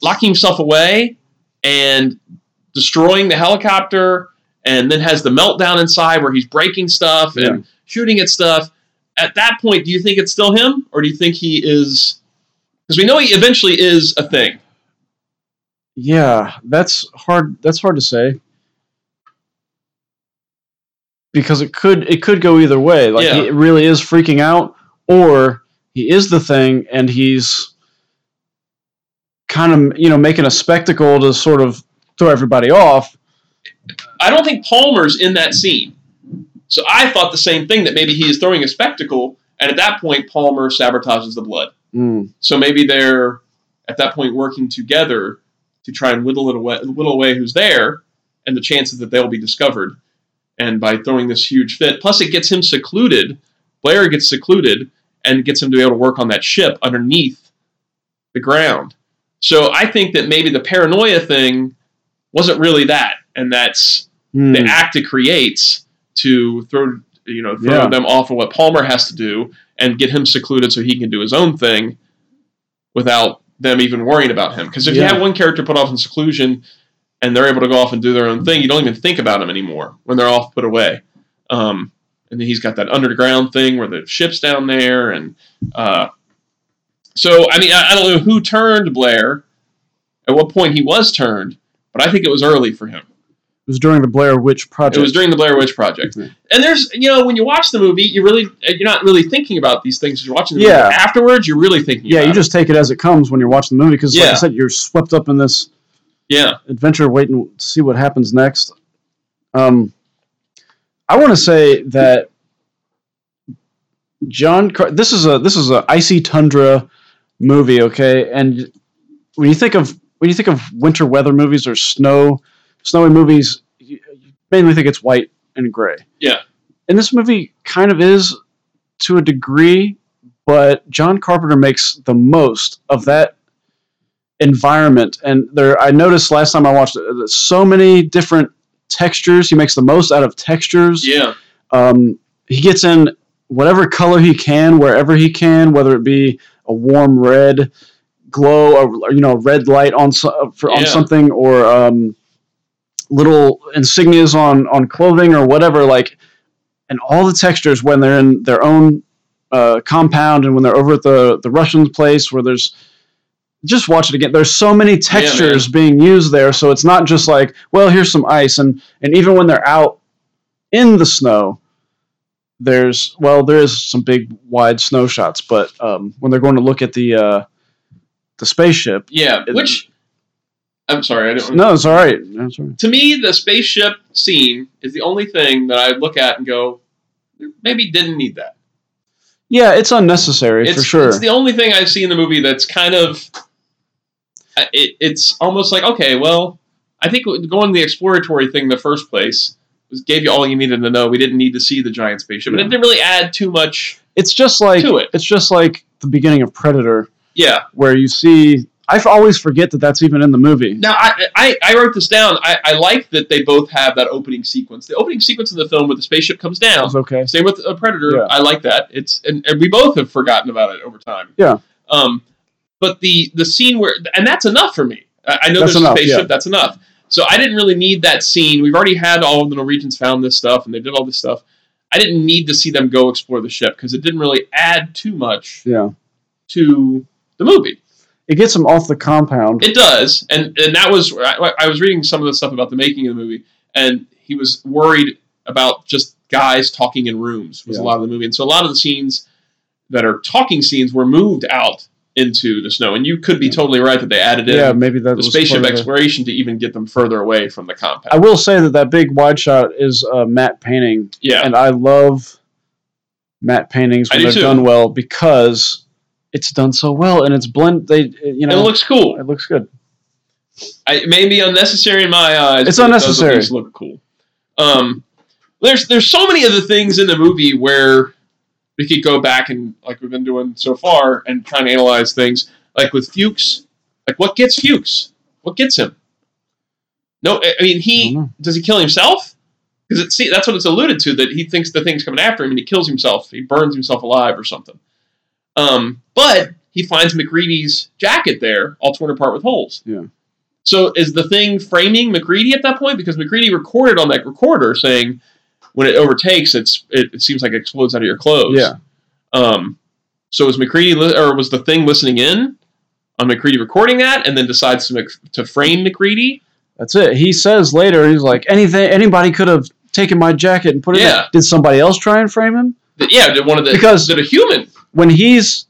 locking himself away and destroying the helicopter and then has the meltdown inside where he's breaking stuff and shooting at stuff. At that point, do you think it's still him, or do you think he is? Because we know he eventually is a thing. Yeah, that's hard. That's hard to say because it could it could go either way. Like Yeah. he really is freaking out, or he is the thing, and he's kind of you know making a spectacle to sort of throw everybody off. I don't think Palmer's in that scene. So I thought the same thing that maybe he is throwing a spectacle, and at that point, Palmer sabotages the blood. Mm. So maybe they're at that point working together to try and whittle it away, whittle away who's there, and the chances that they'll be discovered. And by throwing this huge fit, plus it gets him secluded. Blair gets secluded and gets him to be able to work on that ship underneath the ground. So I think that maybe the paranoia thing wasn't really that, and that's Mm. the act it creates to throw you know throw Yeah. them off of what Palmer has to do and get him secluded so he can do his own thing without them even worrying about him. Because if you Yeah. have one character put off in seclusion and they're able to go off and do their own thing, you don't even think about him anymore when they're off put away. Um, and then he's got that underground thing where the ship's down there, and uh, so I mean I, I don't know who turned Blair, at what point he was turned, but I think it was early for him. It was during the Blair Witch Project. It was during the Blair Witch Project. Mhm. And there's, you know, when you watch the movie, you really, you're not really thinking about these things. as You're watching the Yeah. movie. Afterwards, you're really thinking. yeah, about you it. just take it as it comes when you're watching the movie because, like Yeah. I said, you're swept up in this yeah, adventure waiting to see what happens next. Um, I want to say that John Car- this is a this is a icy tundra movie, okay? And when you think of when you think of winter weather movies or snow snowy movies, you you mainly think it's white and gray. Yeah. And this movie kind of is to a degree, but John Carpenter makes the most of that environment and there i noticed last time i watched it there's so many different textures he makes the most out of textures yeah, um, he gets in whatever color he can wherever he can whether it be a warm red glow or you know a red light on so, for, on Yeah. something or um, little insignias on on clothing or whatever like and all the textures when they're in their own uh, compound and when they're over at the the Russian place where there's just watch it again. There's so many textures being used there, so it's not just like, well, here's some ice, and and even when they're out in the snow, there's well, there is some big wide snow shots, but um, when they're going to look at the uh, the spaceship, yeah. It- Which I'm sorry, I don't. no, it's all right. No, it's all right. To me, the spaceship scene is the only thing that I look at and go, maybe didn't need that. Yeah, it's unnecessary it's for sure. It's the only thing I see in the movie that's kind of. I- It, it's almost like okay, well, I think going the exploratory thing in the first place was gave you all you needed to know. We didn't need to see the giant spaceship, and Yeah. it didn't really add too much it's just like to it. it's just like the beginning of Predator, Yeah. where you see. I always forget that that's even in the movie. Now I I, I wrote this down. I, I like that they both have that opening sequence. The opening sequence of the film where the spaceship comes down. It's okay. Same with a Predator. Yeah. I like that. It's and, and we both have forgotten about it over time. Yeah. Um, but the the scene where and that's enough for me. I, I know That's there's enough, a spaceship. yeah. That's enough. So I didn't really need that scene. We've already had all of the Norwegians found this stuff and they did all this stuff. I didn't need to see them go explore the ship because it didn't really add too much Yeah, to the movie. it gets them off the compound. It does, and and that was I, I was reading some of the stuff about the making of the movie, and he was worried about just guys talking in rooms was a Yeah. lot of the movie, and so a lot of the scenes that are talking scenes were moved out into the snow, and you could be Yeah. totally right that they added in yeah, maybe that the was spaceship part of it. exploration to even get them further away from the I compound. will say that that big wide shot is uh, matte painting, yeah, and I love matte paintings I when do they're too. done well because it's done so well, and it's blend. They, you know, it looks cool. it looks good. I, it may be unnecessary in my eyes. It's but it does at unnecessary. least look cool. Um, There's there's so many other things in the movie where we could go back and like we've been doing so far and trying to analyze things. Like with Fuchs, like what gets Fuchs? What gets him? No, I I mean I don't he know. does he kill himself? Because see that's what it's alluded to that he thinks the thing's coming after him and he kills himself. He burns himself alive or something. Um, but he finds McReady's jacket there, all torn apart with holes. Yeah. So is the thing framing McReady at that point? Because McReady recorded on that recorder saying, "When it overtakes, it's it, it seems like it explodes out of your clothes." Yeah. Um, so was McCready li- or was the thing listening in on McCready recording that, and then decides to mc- to frame McCready? That's it. He says later, he's like, anything, anybody could have taken my jacket and put it. in Yeah. Did somebody else try and frame him? That, yeah, did one of the Because- did a human? When he's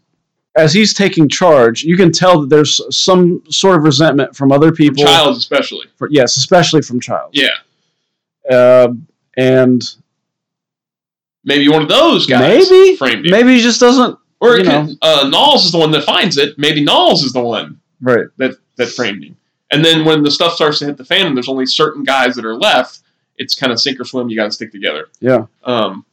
as he's taking charge, you can tell that there's some sort of resentment from other people. Child especially. For, yes, especially from child. Yeah, Um, and maybe one of those guys Maybe. framed it. maybe he just doesn't. or you it could, uh, Knowles is the one that finds it. Maybe Knowles is the one Right. that that framed him. And then when the stuff starts to hit the fan, and there's only certain guys that are left, it's kind of sink or swim. You got to stick together. Yeah. Um,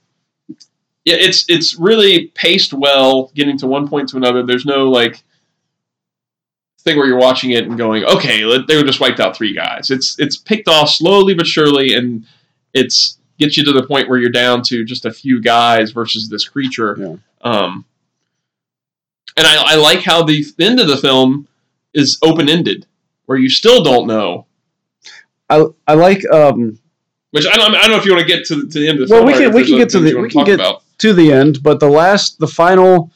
yeah, it's it's really paced well, getting to one point to another. There's no like thing where you're watching it and going, okay, let- they were just wiped out three guys. It's it's picked off slowly but surely, and it's gets you to the point where you're down to just a few guys versus this creature. Yeah. Um, and I, I like how the end of the film is open ended, where you still don't know. I, I like um, Which I don't, I don't know if you want to get to, to the end of the Well, film. we or can- if we there's can other get to things the- you wanna we can talk get- about. to the end, but the last, the final,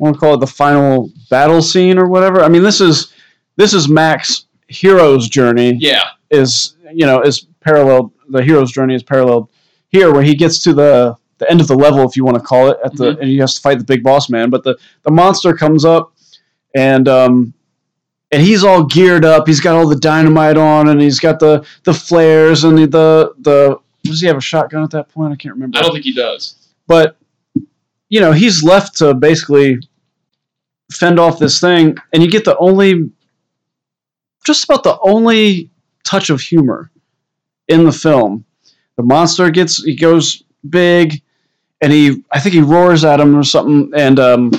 I want to call it the final battle scene or whatever. I mean, this is this is Mac's hero's journey. Yeah. is you know is paralleled the hero's journey is paralleled here where he gets to the the end of the level if you want to call it at the Mm-hmm. and he has to fight the big boss man but the the monster comes up and um and he's all geared up he's got all the dynamite on and he's got the the flares and the the, the does he have a shotgun at that point i can't remember I don't think he does. but you know he's left to basically fend off this thing and you get the only just about the only touch of humor in the film the monster gets he goes big and he i think he roars at him or something and um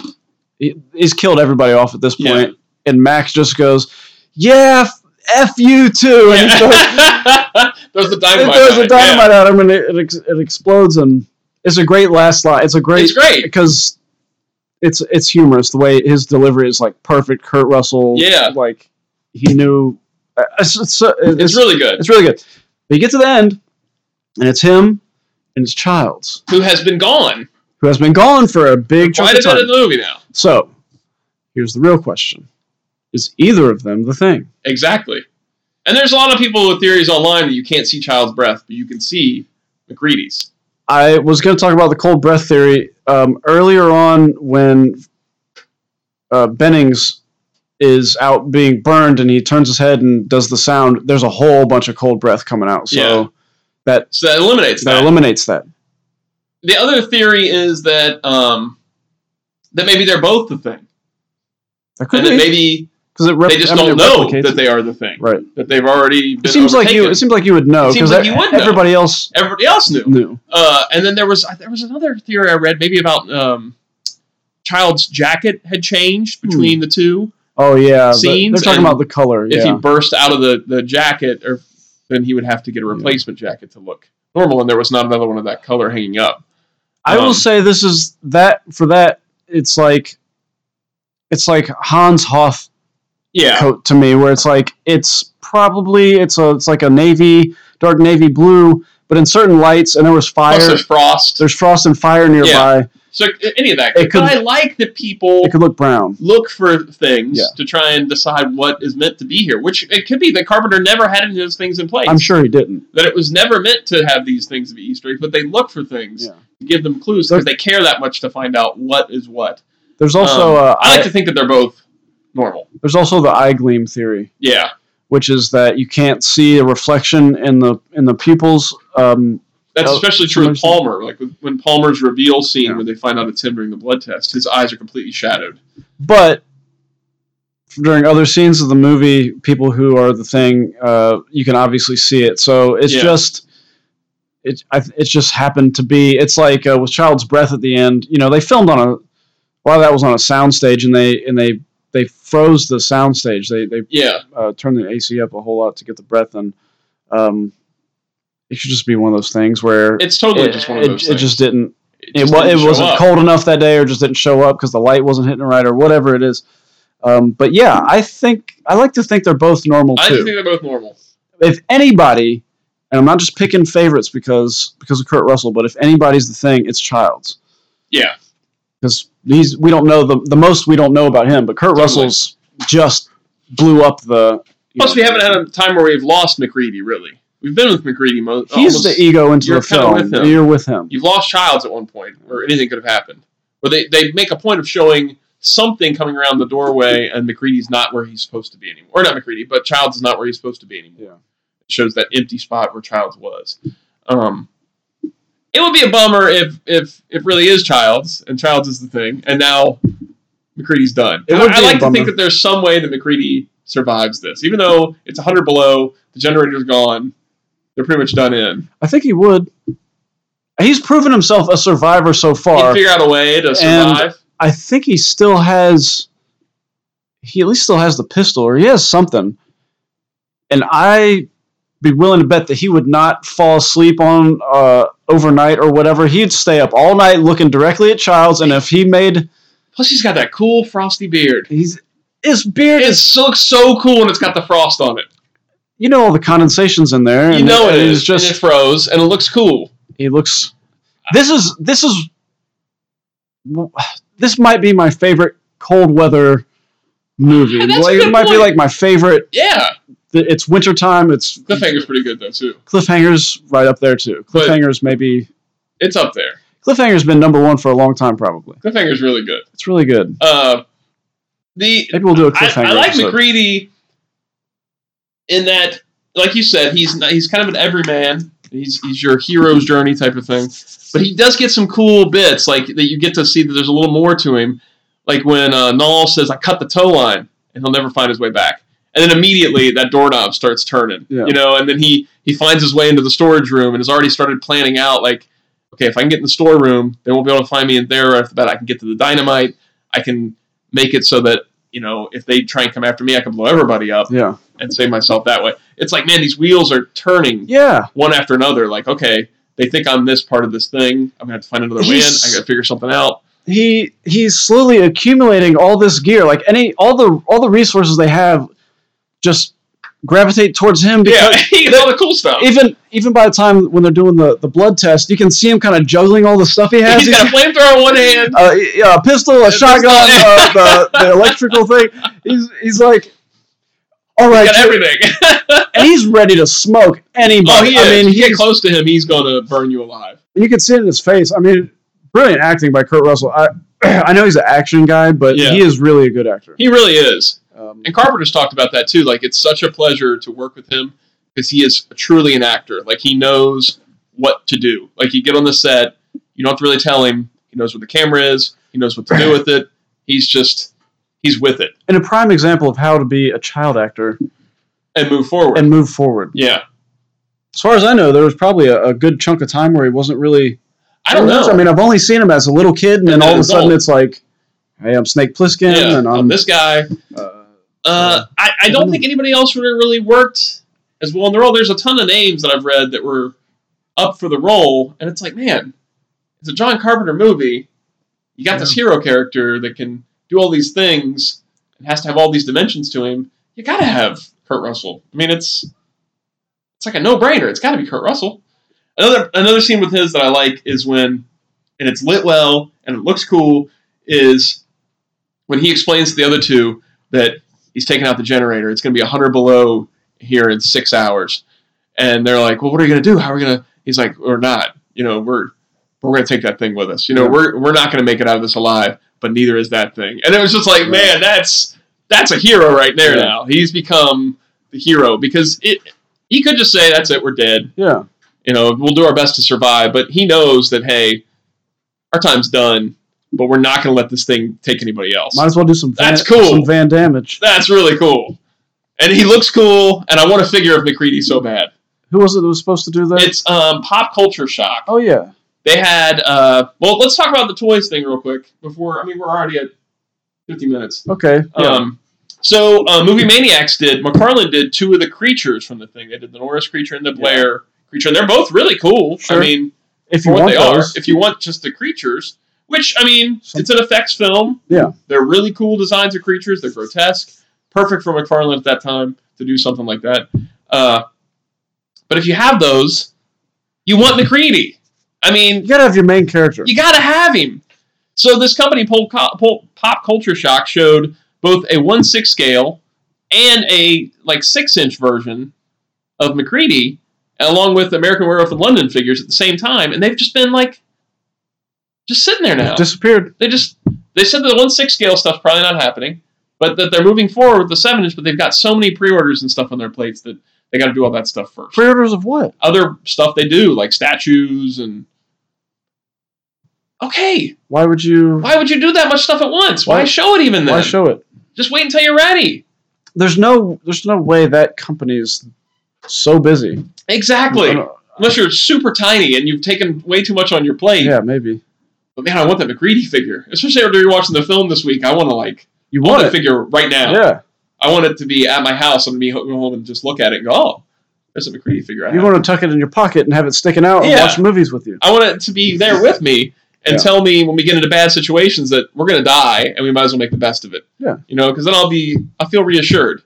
he, he's killed everybody off at this Yeah. point and max just goes yeah f, f you too and he starts There's the it dynamite. throws on a it, yeah. dynamite at him and it, it, ex- it explodes and it's a great last line. It's a great It's great. because it's it's humorous the way his delivery is like perfect. Kurt Russell, Yeah. like he knew. uh, It's, it's, uh, it's, It's really really good. it's really good. But you get to the end, and it's him and it's Childs Who has been gone? who has been gone for a big Why chunk of is that time. in the movie now? So here's the real question: Is either of them the thing? Exactly. And there's a lot of people with theories online that you can't see child's breath, but you can see McCready's. I was going to talk about the cold breath theory um, earlier on when uh, Bennings is out being burned and he turns his head and does the sound. There's a whole bunch of cold breath coming out, so Yeah. that So that eliminates that that. eliminates that. the other theory is that um, that maybe they're both the thing, That could and that be maybe because it rep- they just I mean, don't it know replicates that it. they are the thing. right. That they've already. Been It seems like you. overtaken. It seems like you would know It seems because like you would know. everybody else. Everybody else knew. knew. Uh, and then there was there was another theory I read, maybe about um, Child's jacket had changed Hmm. between the two. Oh yeah, the- Scenes they're talking and about the color. If he Yeah, burst out of the, the jacket, or then he would have to get a replacement jacket to look normal, and there was not another one of that color hanging up. I will um, say this is that for that. It's like, it's like Hans Hoff Yeah, coat to me where it's like it's probably it's a it's like a navy dark navy blue but in certain lights and there was plus fire there's frost. there's frost and fire nearby So any of that. It could- but I like that people it could look brown look for things Yeah. to try and decide what is meant to be here. Which it could be that Carpenter never had any of those things in place. i'm sure he didn't that it was never meant to have these things be Easter eggs, but they look for things Yeah. to give them clues because they care that much to find out what is what. there's also Um, uh, I like eye- to think that they're both normal. there's also the eye gleam theory Yeah, which is that you can't see a reflection in the in the pupils um, that's Oh, especially true with sometimes- Palmer. Like with, when Palmer's reveal scene, Yeah. when they find out it's him during the blood test, his eyes are completely shadowed. but during other scenes of the movie people who are the thing uh, you can obviously see it so it's Yeah. just it I, it just happened to be. It's like uh, with Child's Breath at the end. You know, they filmed on a a lot of that was on a soundstage, and they and they they froze the soundstage. They they Yeah. uh, turn the AC up a whole lot to get the breath in. Um, it should just be one of those things where It's totally just one of those it, things. just didn't. It, just wa- didn't it show wasn't up. cold enough that day, or just didn't show up because the light wasn't hitting it right, or whatever it is. Um, but yeah, I think I like to think they're both normal I too. just think they're both normal. if anybody, and I'm not just picking favorites because because of Kurt Russell, but if anybody's the thing, it's Childs Yeah. because these we don't know the the most we don't know about him, but Kurt Totally. Russell's just blew up the. you Plus, know, we haven't had a time where we've lost McReady. Really, we've been with McReady most. He's the ego into you're the kinda film. with him. You're with him. You've lost Childs at one point, where anything could have happened. Where they, they make a point of showing something coming around the doorway, and McCready's not where he's supposed to be anymore. Or not McCready, but Childs is not where he's supposed to be anymore. Yeah. It shows that empty spot where Childs was. Um, it would be a bummer if if it really is Childs and Childs is the thing, and now McCready's done. It I, would I be a like to bummer. think that there's some way that McCready survives this, even though it's 100 below, the generator's gone, they're pretty much done in. I think he would. He's proven himself a survivor so He'd far. figure out a way to survive. I think he still has. He at least still has the pistol, or he has something. And I be willing to bet that he would not fall asleep on uh, overnight or whatever. He'd stay up all night looking directly at Childs, and if he made Plus, he's got that cool frosty beard. he's his beard It is so- looks so cool when it's got the frost on it. you know all the condensation's in there. You and know it- it and is. He's just and it froze, and it looks cool. He looks. This is this is. This might be my favorite cold weather movie. That's a Like, it good might be point. like my favorite. Yeah, It's wintertime. It's cliffhanger's pretty good though too. Cliffhangers right up there too. But- Cliffhangers maybe. It's up there. Cliffhanger's been number one for a long time probably. Cliffhanger's really good. It's really good. Uh, the Maybe we'll do a I, cliffhanger. I like episode. McCready in that, like you said, he's not, he's kind of an everyman. He's he's your hero's journey type of thing. But he does get some cool bits, like that you get to see that there's a little more to him. Like when uh, Null says, "I cut the tow line," and he'll never find his way back. And then immediately that doorknob starts turning, Yeah. you know. And then he he finds his way into the storage room and has already started planning out, like, okay, if I can get in the storeroom, they won't be able to find me in there right off the bat. I can get to the dynamite. I can make it so that you know if they try and come after me, I can blow everybody up Yeah. and save myself that way. It's like, man, these wheels are turning Yeah. one after another. Like, okay, they think I'm this part of this thing. I'm gonna have to find another way in. He's- I gotta figure something out. he he's slowly accumulating all this gear like any all the all the resources they have just gravitate towards him Yeah, because he's all the cool stuff. even even by the time when they're doing the, the blood test you can see him kind of juggling all the stuff he has He's got a flamethrower in one hand. uh, yeah, a pistol a A shotgun pistol. uh, the, the electrical thing he's, he's like all He's right got everything. and he's ready to smoke oh, anybody he is. i mean you get he's, close to him, he's gonna burn you alive. you can see it in his face i mean brilliant acting by kurt russell i i know he's an action guy but Yeah. he is really a good actor He really is. um, And Carpenter's talked about that too. Like it's such a pleasure to work with him because he is truly an actor. Like he knows what to do. Like you get on the set, you don't have to really tell him. He knows where the camera is. He knows what to do with it. He's just he's with it and a prime example of how to be a child actor and move forward. and move forward. yeah, As far as I know, there was probably a, a good chunk of time where he wasn't really. I don't know. I mean, I've only seen him as a little kid, and then And all of a an sudden adult. it's like, hey, I'm Snake Plissken, yeah, and um, on I'm. this guy. uh, Uh, I, I don't think anybody else would have really worked as well in the role. There's a ton of names that I've read that were up for the role, and it's like, man, it's a John Carpenter movie. You got this hero character that can do all these things and has to have all these dimensions to him. You gotta have Kurt Russell. I mean, it's it's like a no brainer. It's gotta be Kurt Russell. Another another scene with his that I like is when, and it's lit well and it looks cool. Is when he explains to the other two that he's taking out the generator. It's going to be 100 below here in six hours. And they're like, well, what are you going to do? How are we going to? He's like, we're not. You know, we're we're going to take that thing with us. You know, Yeah. we're we're not going to make it out of this alive. But neither is that thing. And it was just like, Right. man, that's that's a hero right there. Yeah. Now he's become the hero because it. He could just say, that's it. We're dead yeah. you know, we'll do our best to survive, but he knows that hey, our time's done, but we're not going to let this thing take anybody else. Might as well do some van, That's cool. some van damage. That's really cool. And he looks cool, and I want to figure of McCready so bad. Who was it that was supposed to do that? It's um, pop culture shock. oh yeah, They had uh, well, let's talk about the toys thing real quick before. I mean, we're already at fifty minutes. okay, yeah. Um, so uh, movie maniacs did McFarlane did two of the creatures from the thing. They did the Norris creature and the Blair creature, and they're both really cool. I Sure. mean, if for you what want they those, are, if you want just the creatures, which I mean, Some- it's an effects film. Yeah. they're really cool designs of creatures. They're grotesque, perfect for McFarlane at that time to do something like that. Uh, but if you have those, you want the Creedy. I mean, you gotta have your main character. you got to have him. So this company, Pol- Co- Pol- Pop Culture Shock, showed both a one six scale and a like six inch version of McCready, along with American Werewolf in London figures at the same time, and they've just been like just sitting there now. Disappeared. they just they said that the one six scale stuff's probably not happening, but that they're moving forward with the seven inch. But they've got so many pre orders and stuff on their plates that they got to do all that stuff first Pre-orders of what? other stuff they do, like statues and. Okay, Why would you? why would you do that much stuff at once? Why, Why- show it even then? Why show it? Just wait until you're ready. There's no. There's no way that company is so busy. I Exactly. don't- Unless you're super tiny and you've taken way too much on your plate. Yeah, maybe But man, I want that McCready figure. Especially after you're watching the film this week, I want to like I you want want that it. figure right now. Yeah, I want it to be at my house and me ho- go home and just look at it and go, oh, there's a McCready figure. I you have. want to tuck it in your pocket and have it sticking out and Yeah. watch movies with you. I want it to be there with me and Yeah. tell me when we get into bad situations that we're going to die and we might as well make the best of it. Yeah. You know, because then I'll be, I feel reassured.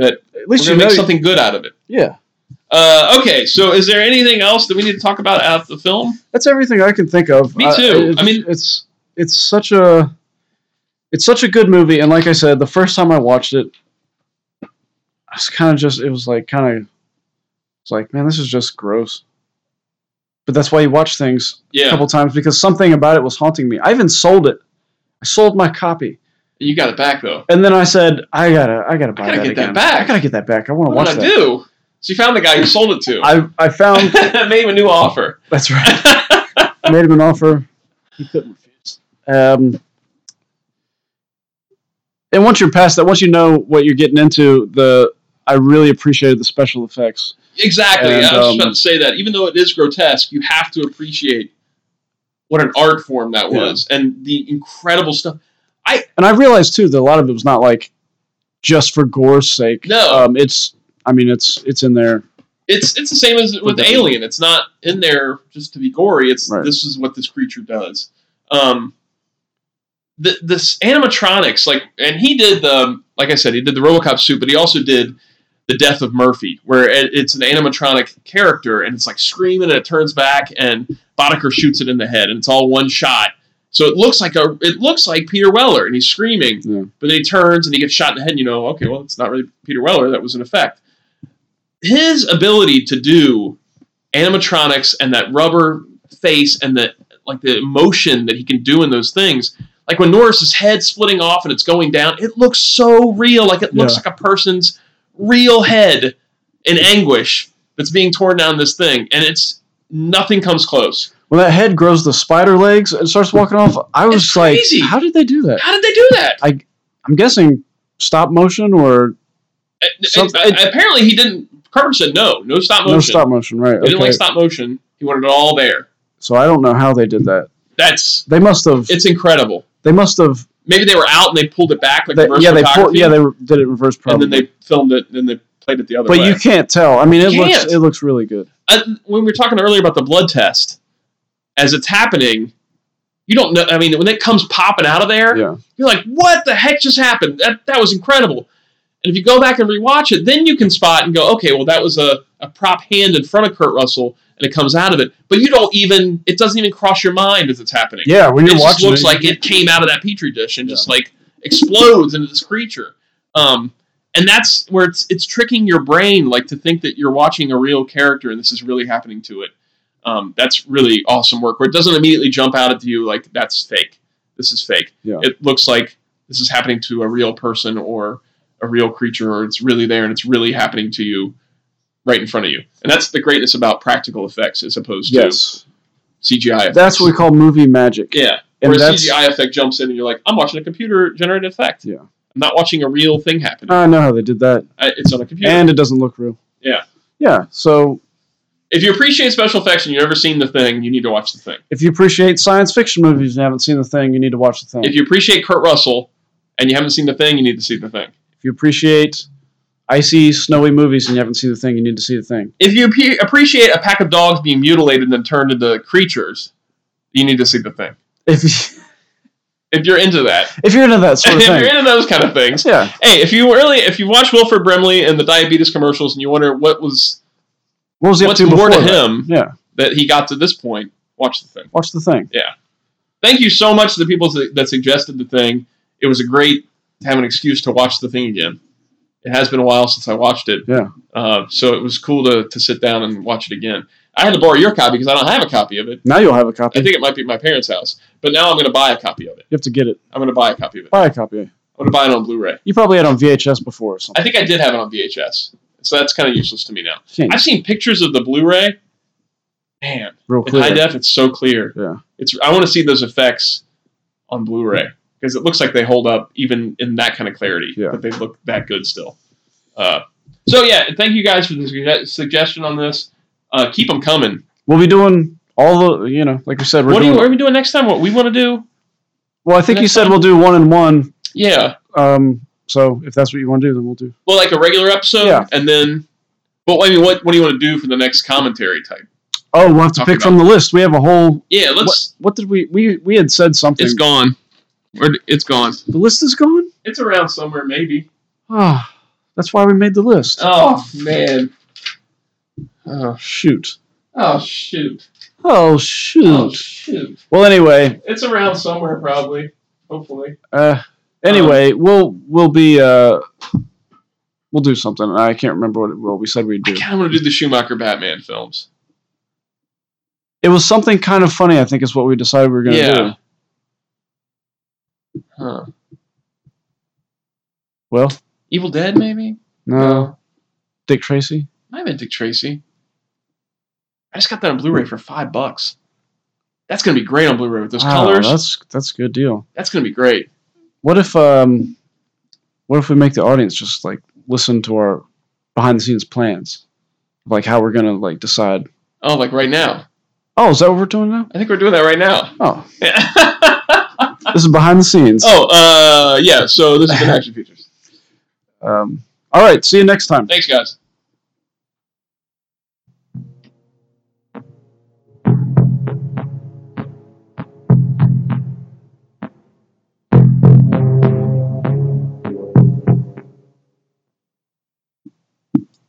At We're least you going to know. make you- something good out of it. yeah, Uh, okay, so is there anything else that we need to talk about out of the film? that's everything I can think of. Uh, Me too. it's- I mean- it's it's such a it's such a good movie, and like I said, the first time I watched it, I was kind of just it was like kind of it's like man, this is just gross. But that's why you watch things a Yeah. couple times because something about it was haunting me. I even sold it. I sold my copy, You got it back, though. and then I said, "I gotta, I gotta buy gotta that get that again. back. I gotta get that back. I want to What watch did I that." do? So you found the guy you sold it to. I, I found Made him a new offer. that's right. I made him an offer. He couldn't refuse. Um, and once you're past that, once you know what you're getting into, the I really appreciated the special effects. exactly. And, I was just about um, to say that. Even though it is grotesque, you have to appreciate what an art form that Yeah. was and the incredible stuff. And I realized too that a lot of it was not like just for gore's sake. No. um, it's I mean it's it's in there. it's it's the same as with Definitely. Alien. It's not in there just to be gory. It's Right. this is what this creature does. Um, the this animatronics like, and he did the like I said, he did the RoboCop suit, but he also did the Death of Murphy, where it, it's an animatronic character and it's like screaming and it turns back and Boddicker shoots it in the head and it's all one shot. So it looks like a it looks like Peter Weller and he's screaming, Yeah. but then he turns and he gets shot in the head. And you know, okay, well, it's not really Peter Weller. That was an effect. His ability to do animatronics and that rubber face and the like the emotion that he can do in those things. Like when Norris's head splitting off and it's going down, it looks so real. Like it looks Yeah. like a person's real head in anguish that's being torn down this thing, and it's nothing comes close. When that head grows the spider legs and starts walking off, I was It's like, crazy. how did they do that? How did they do that? I'm guessing stop motion or Uh, Some- uh, apparently, he didn't. Carter said no, no stop motion. no stop motion, right? He Okay. didn't like stop motion. He wanted it all there. so I don't know how they did that. That's They must have. it's incredible. They must have Maybe they were out and they pulled it back like They- reverse yeah, they pulled, photography, yeah, they re- did it reverse and probably. then they filmed it and they played it the other but way. you can't tell. I mean, it You looks can't. it looks really good. I, when we were talking earlier about the blood test, as it's happening, you don't know. I mean, when it comes popping out of there, Yeah, you're like, "What the heck just happened? That that was incredible." And if you go back and rewatch it, then you can spot and go, "Okay, well, that was a, a prop hand in front of Kurt Russell, and it comes out of it." But you don't even it doesn't even cross your mind as it's happening. yeah. When it you're just watching, looks it, like it came out of that petri dish and just like explodes into this creature. Um, and that's where it's it's tricking your brain like to think that you're watching a real character and this is really happening to it. Um, that's really awesome work where it doesn't immediately jump out at you like that's fake. This is fake. Yeah. It looks like this is happening to a real person or a real creature or it's really there and it's really happening to you right in front of you. And that's the greatness about practical effects as opposed yes, to CGI. Effects. that's what we call movie magic. yeah. and Where a that's CGI effect jumps in, and you're like, I'm watching a computer generated effect. Yeah. Uh, I'm not watching a real thing happen. I know how they did that, I- it's on a computer. and it doesn't look real. Yeah. yeah. So If you appreciate special effects and you've never seen the thing, you need to watch the thing. If you appreciate science fiction movies and haven't seen the thing, you need to watch the thing. If you appreciate Kurt Russell and you haven't seen the thing, you need to see the thing. if you appreciate icy, snowy movies and you haven't seen the thing, you need to see the thing. If you appe- appreciate a pack of dogs being mutilated and then turned into creatures, you need to see the thing. If you, If you're into that, if you're into that sort of if you're thing, into those kind of things, yeah, hey, if you really, if you watch Wilford Brimley and the diabetes commercials and you wonder what was what was he up what's to more before to that? him Yeah, that he got to this point, watch the thing. watch the thing. Thank you so much to the people that that suggested the thing. It was a great to have an excuse to watch the thing again. It has been a while since I watched it. Yeah. Uh, so it was cool to, to sit down and watch it again. I had to borrow your copy because I don't have a copy of it. Now you'll have a copy. I think it might be at my parents' house, but now I'm going to buy a copy of it. you have to get it. I'm going to buy a copy of it. Buy a copy. I'm going to buy it on Blu-ray. You probably had it on VHS before or I something. think I did have it on VHS, so that's kind of useless to me now. Shame. I've seen pictures of the Blu-ray. Man, Real in high clear. def, it's so clear. Yeah. It's I want to see those effects on Blu-ray because it looks like they hold up even in that kind of clarity. Yeah. That they look that good still. Uh, so yeah, thank you guys for the suge- suggestion on this. Uh, keep them coming. We'll be doing all the, you know, like we said, we're what, do doing. you, what are we doing next time? What we want to do? well, I think you next said time? we'll do one and one. Yeah, Um, so if that's what you want to do, then we'll do. well, like a regular episode, Yeah. and then. Well, I mean, what what do you want to do for the next commentary type? Oh, we'll have to Talk pick about- from the list. We have a whole. Yeah, let's. What, what did we we we had said something? It's gone. We're, it's gone. the list is gone. It's around somewhere, maybe. Ah, that's why we made the list. Oh man. Oh, shoot. oh shoot. Oh shoot. Oh shoot. Well, anyway, It's around somewhere, probably. Hopefully. uh, anyway, Um, we'll we'll be uh, we'll do something. I can't remember what it, what we said we'd I do. kind of want to do the Schumacher Batman films. It was something kind of funny. I think is what we decided we were going to Yeah. do. Huh. Well, Evil Dead, maybe? no, Dick Tracy. I haven't Dick Tracy. I just got that on Blu-ray for five bucks. That's gonna be great on Blu-ray with those Wow, colors. That's, Ah, That's that's a good deal. gonna be great. What if um, what if we make the audience just like listen to our behind the scenes plans, like how we're going to like decide. Oh, like right now. Oh, is that what we're doing now? I think we're doing that right now. Oh, this is behind the scenes. oh, uh, yeah. So this is been Action Features. Um, all right. See you next time. Thanks, guys.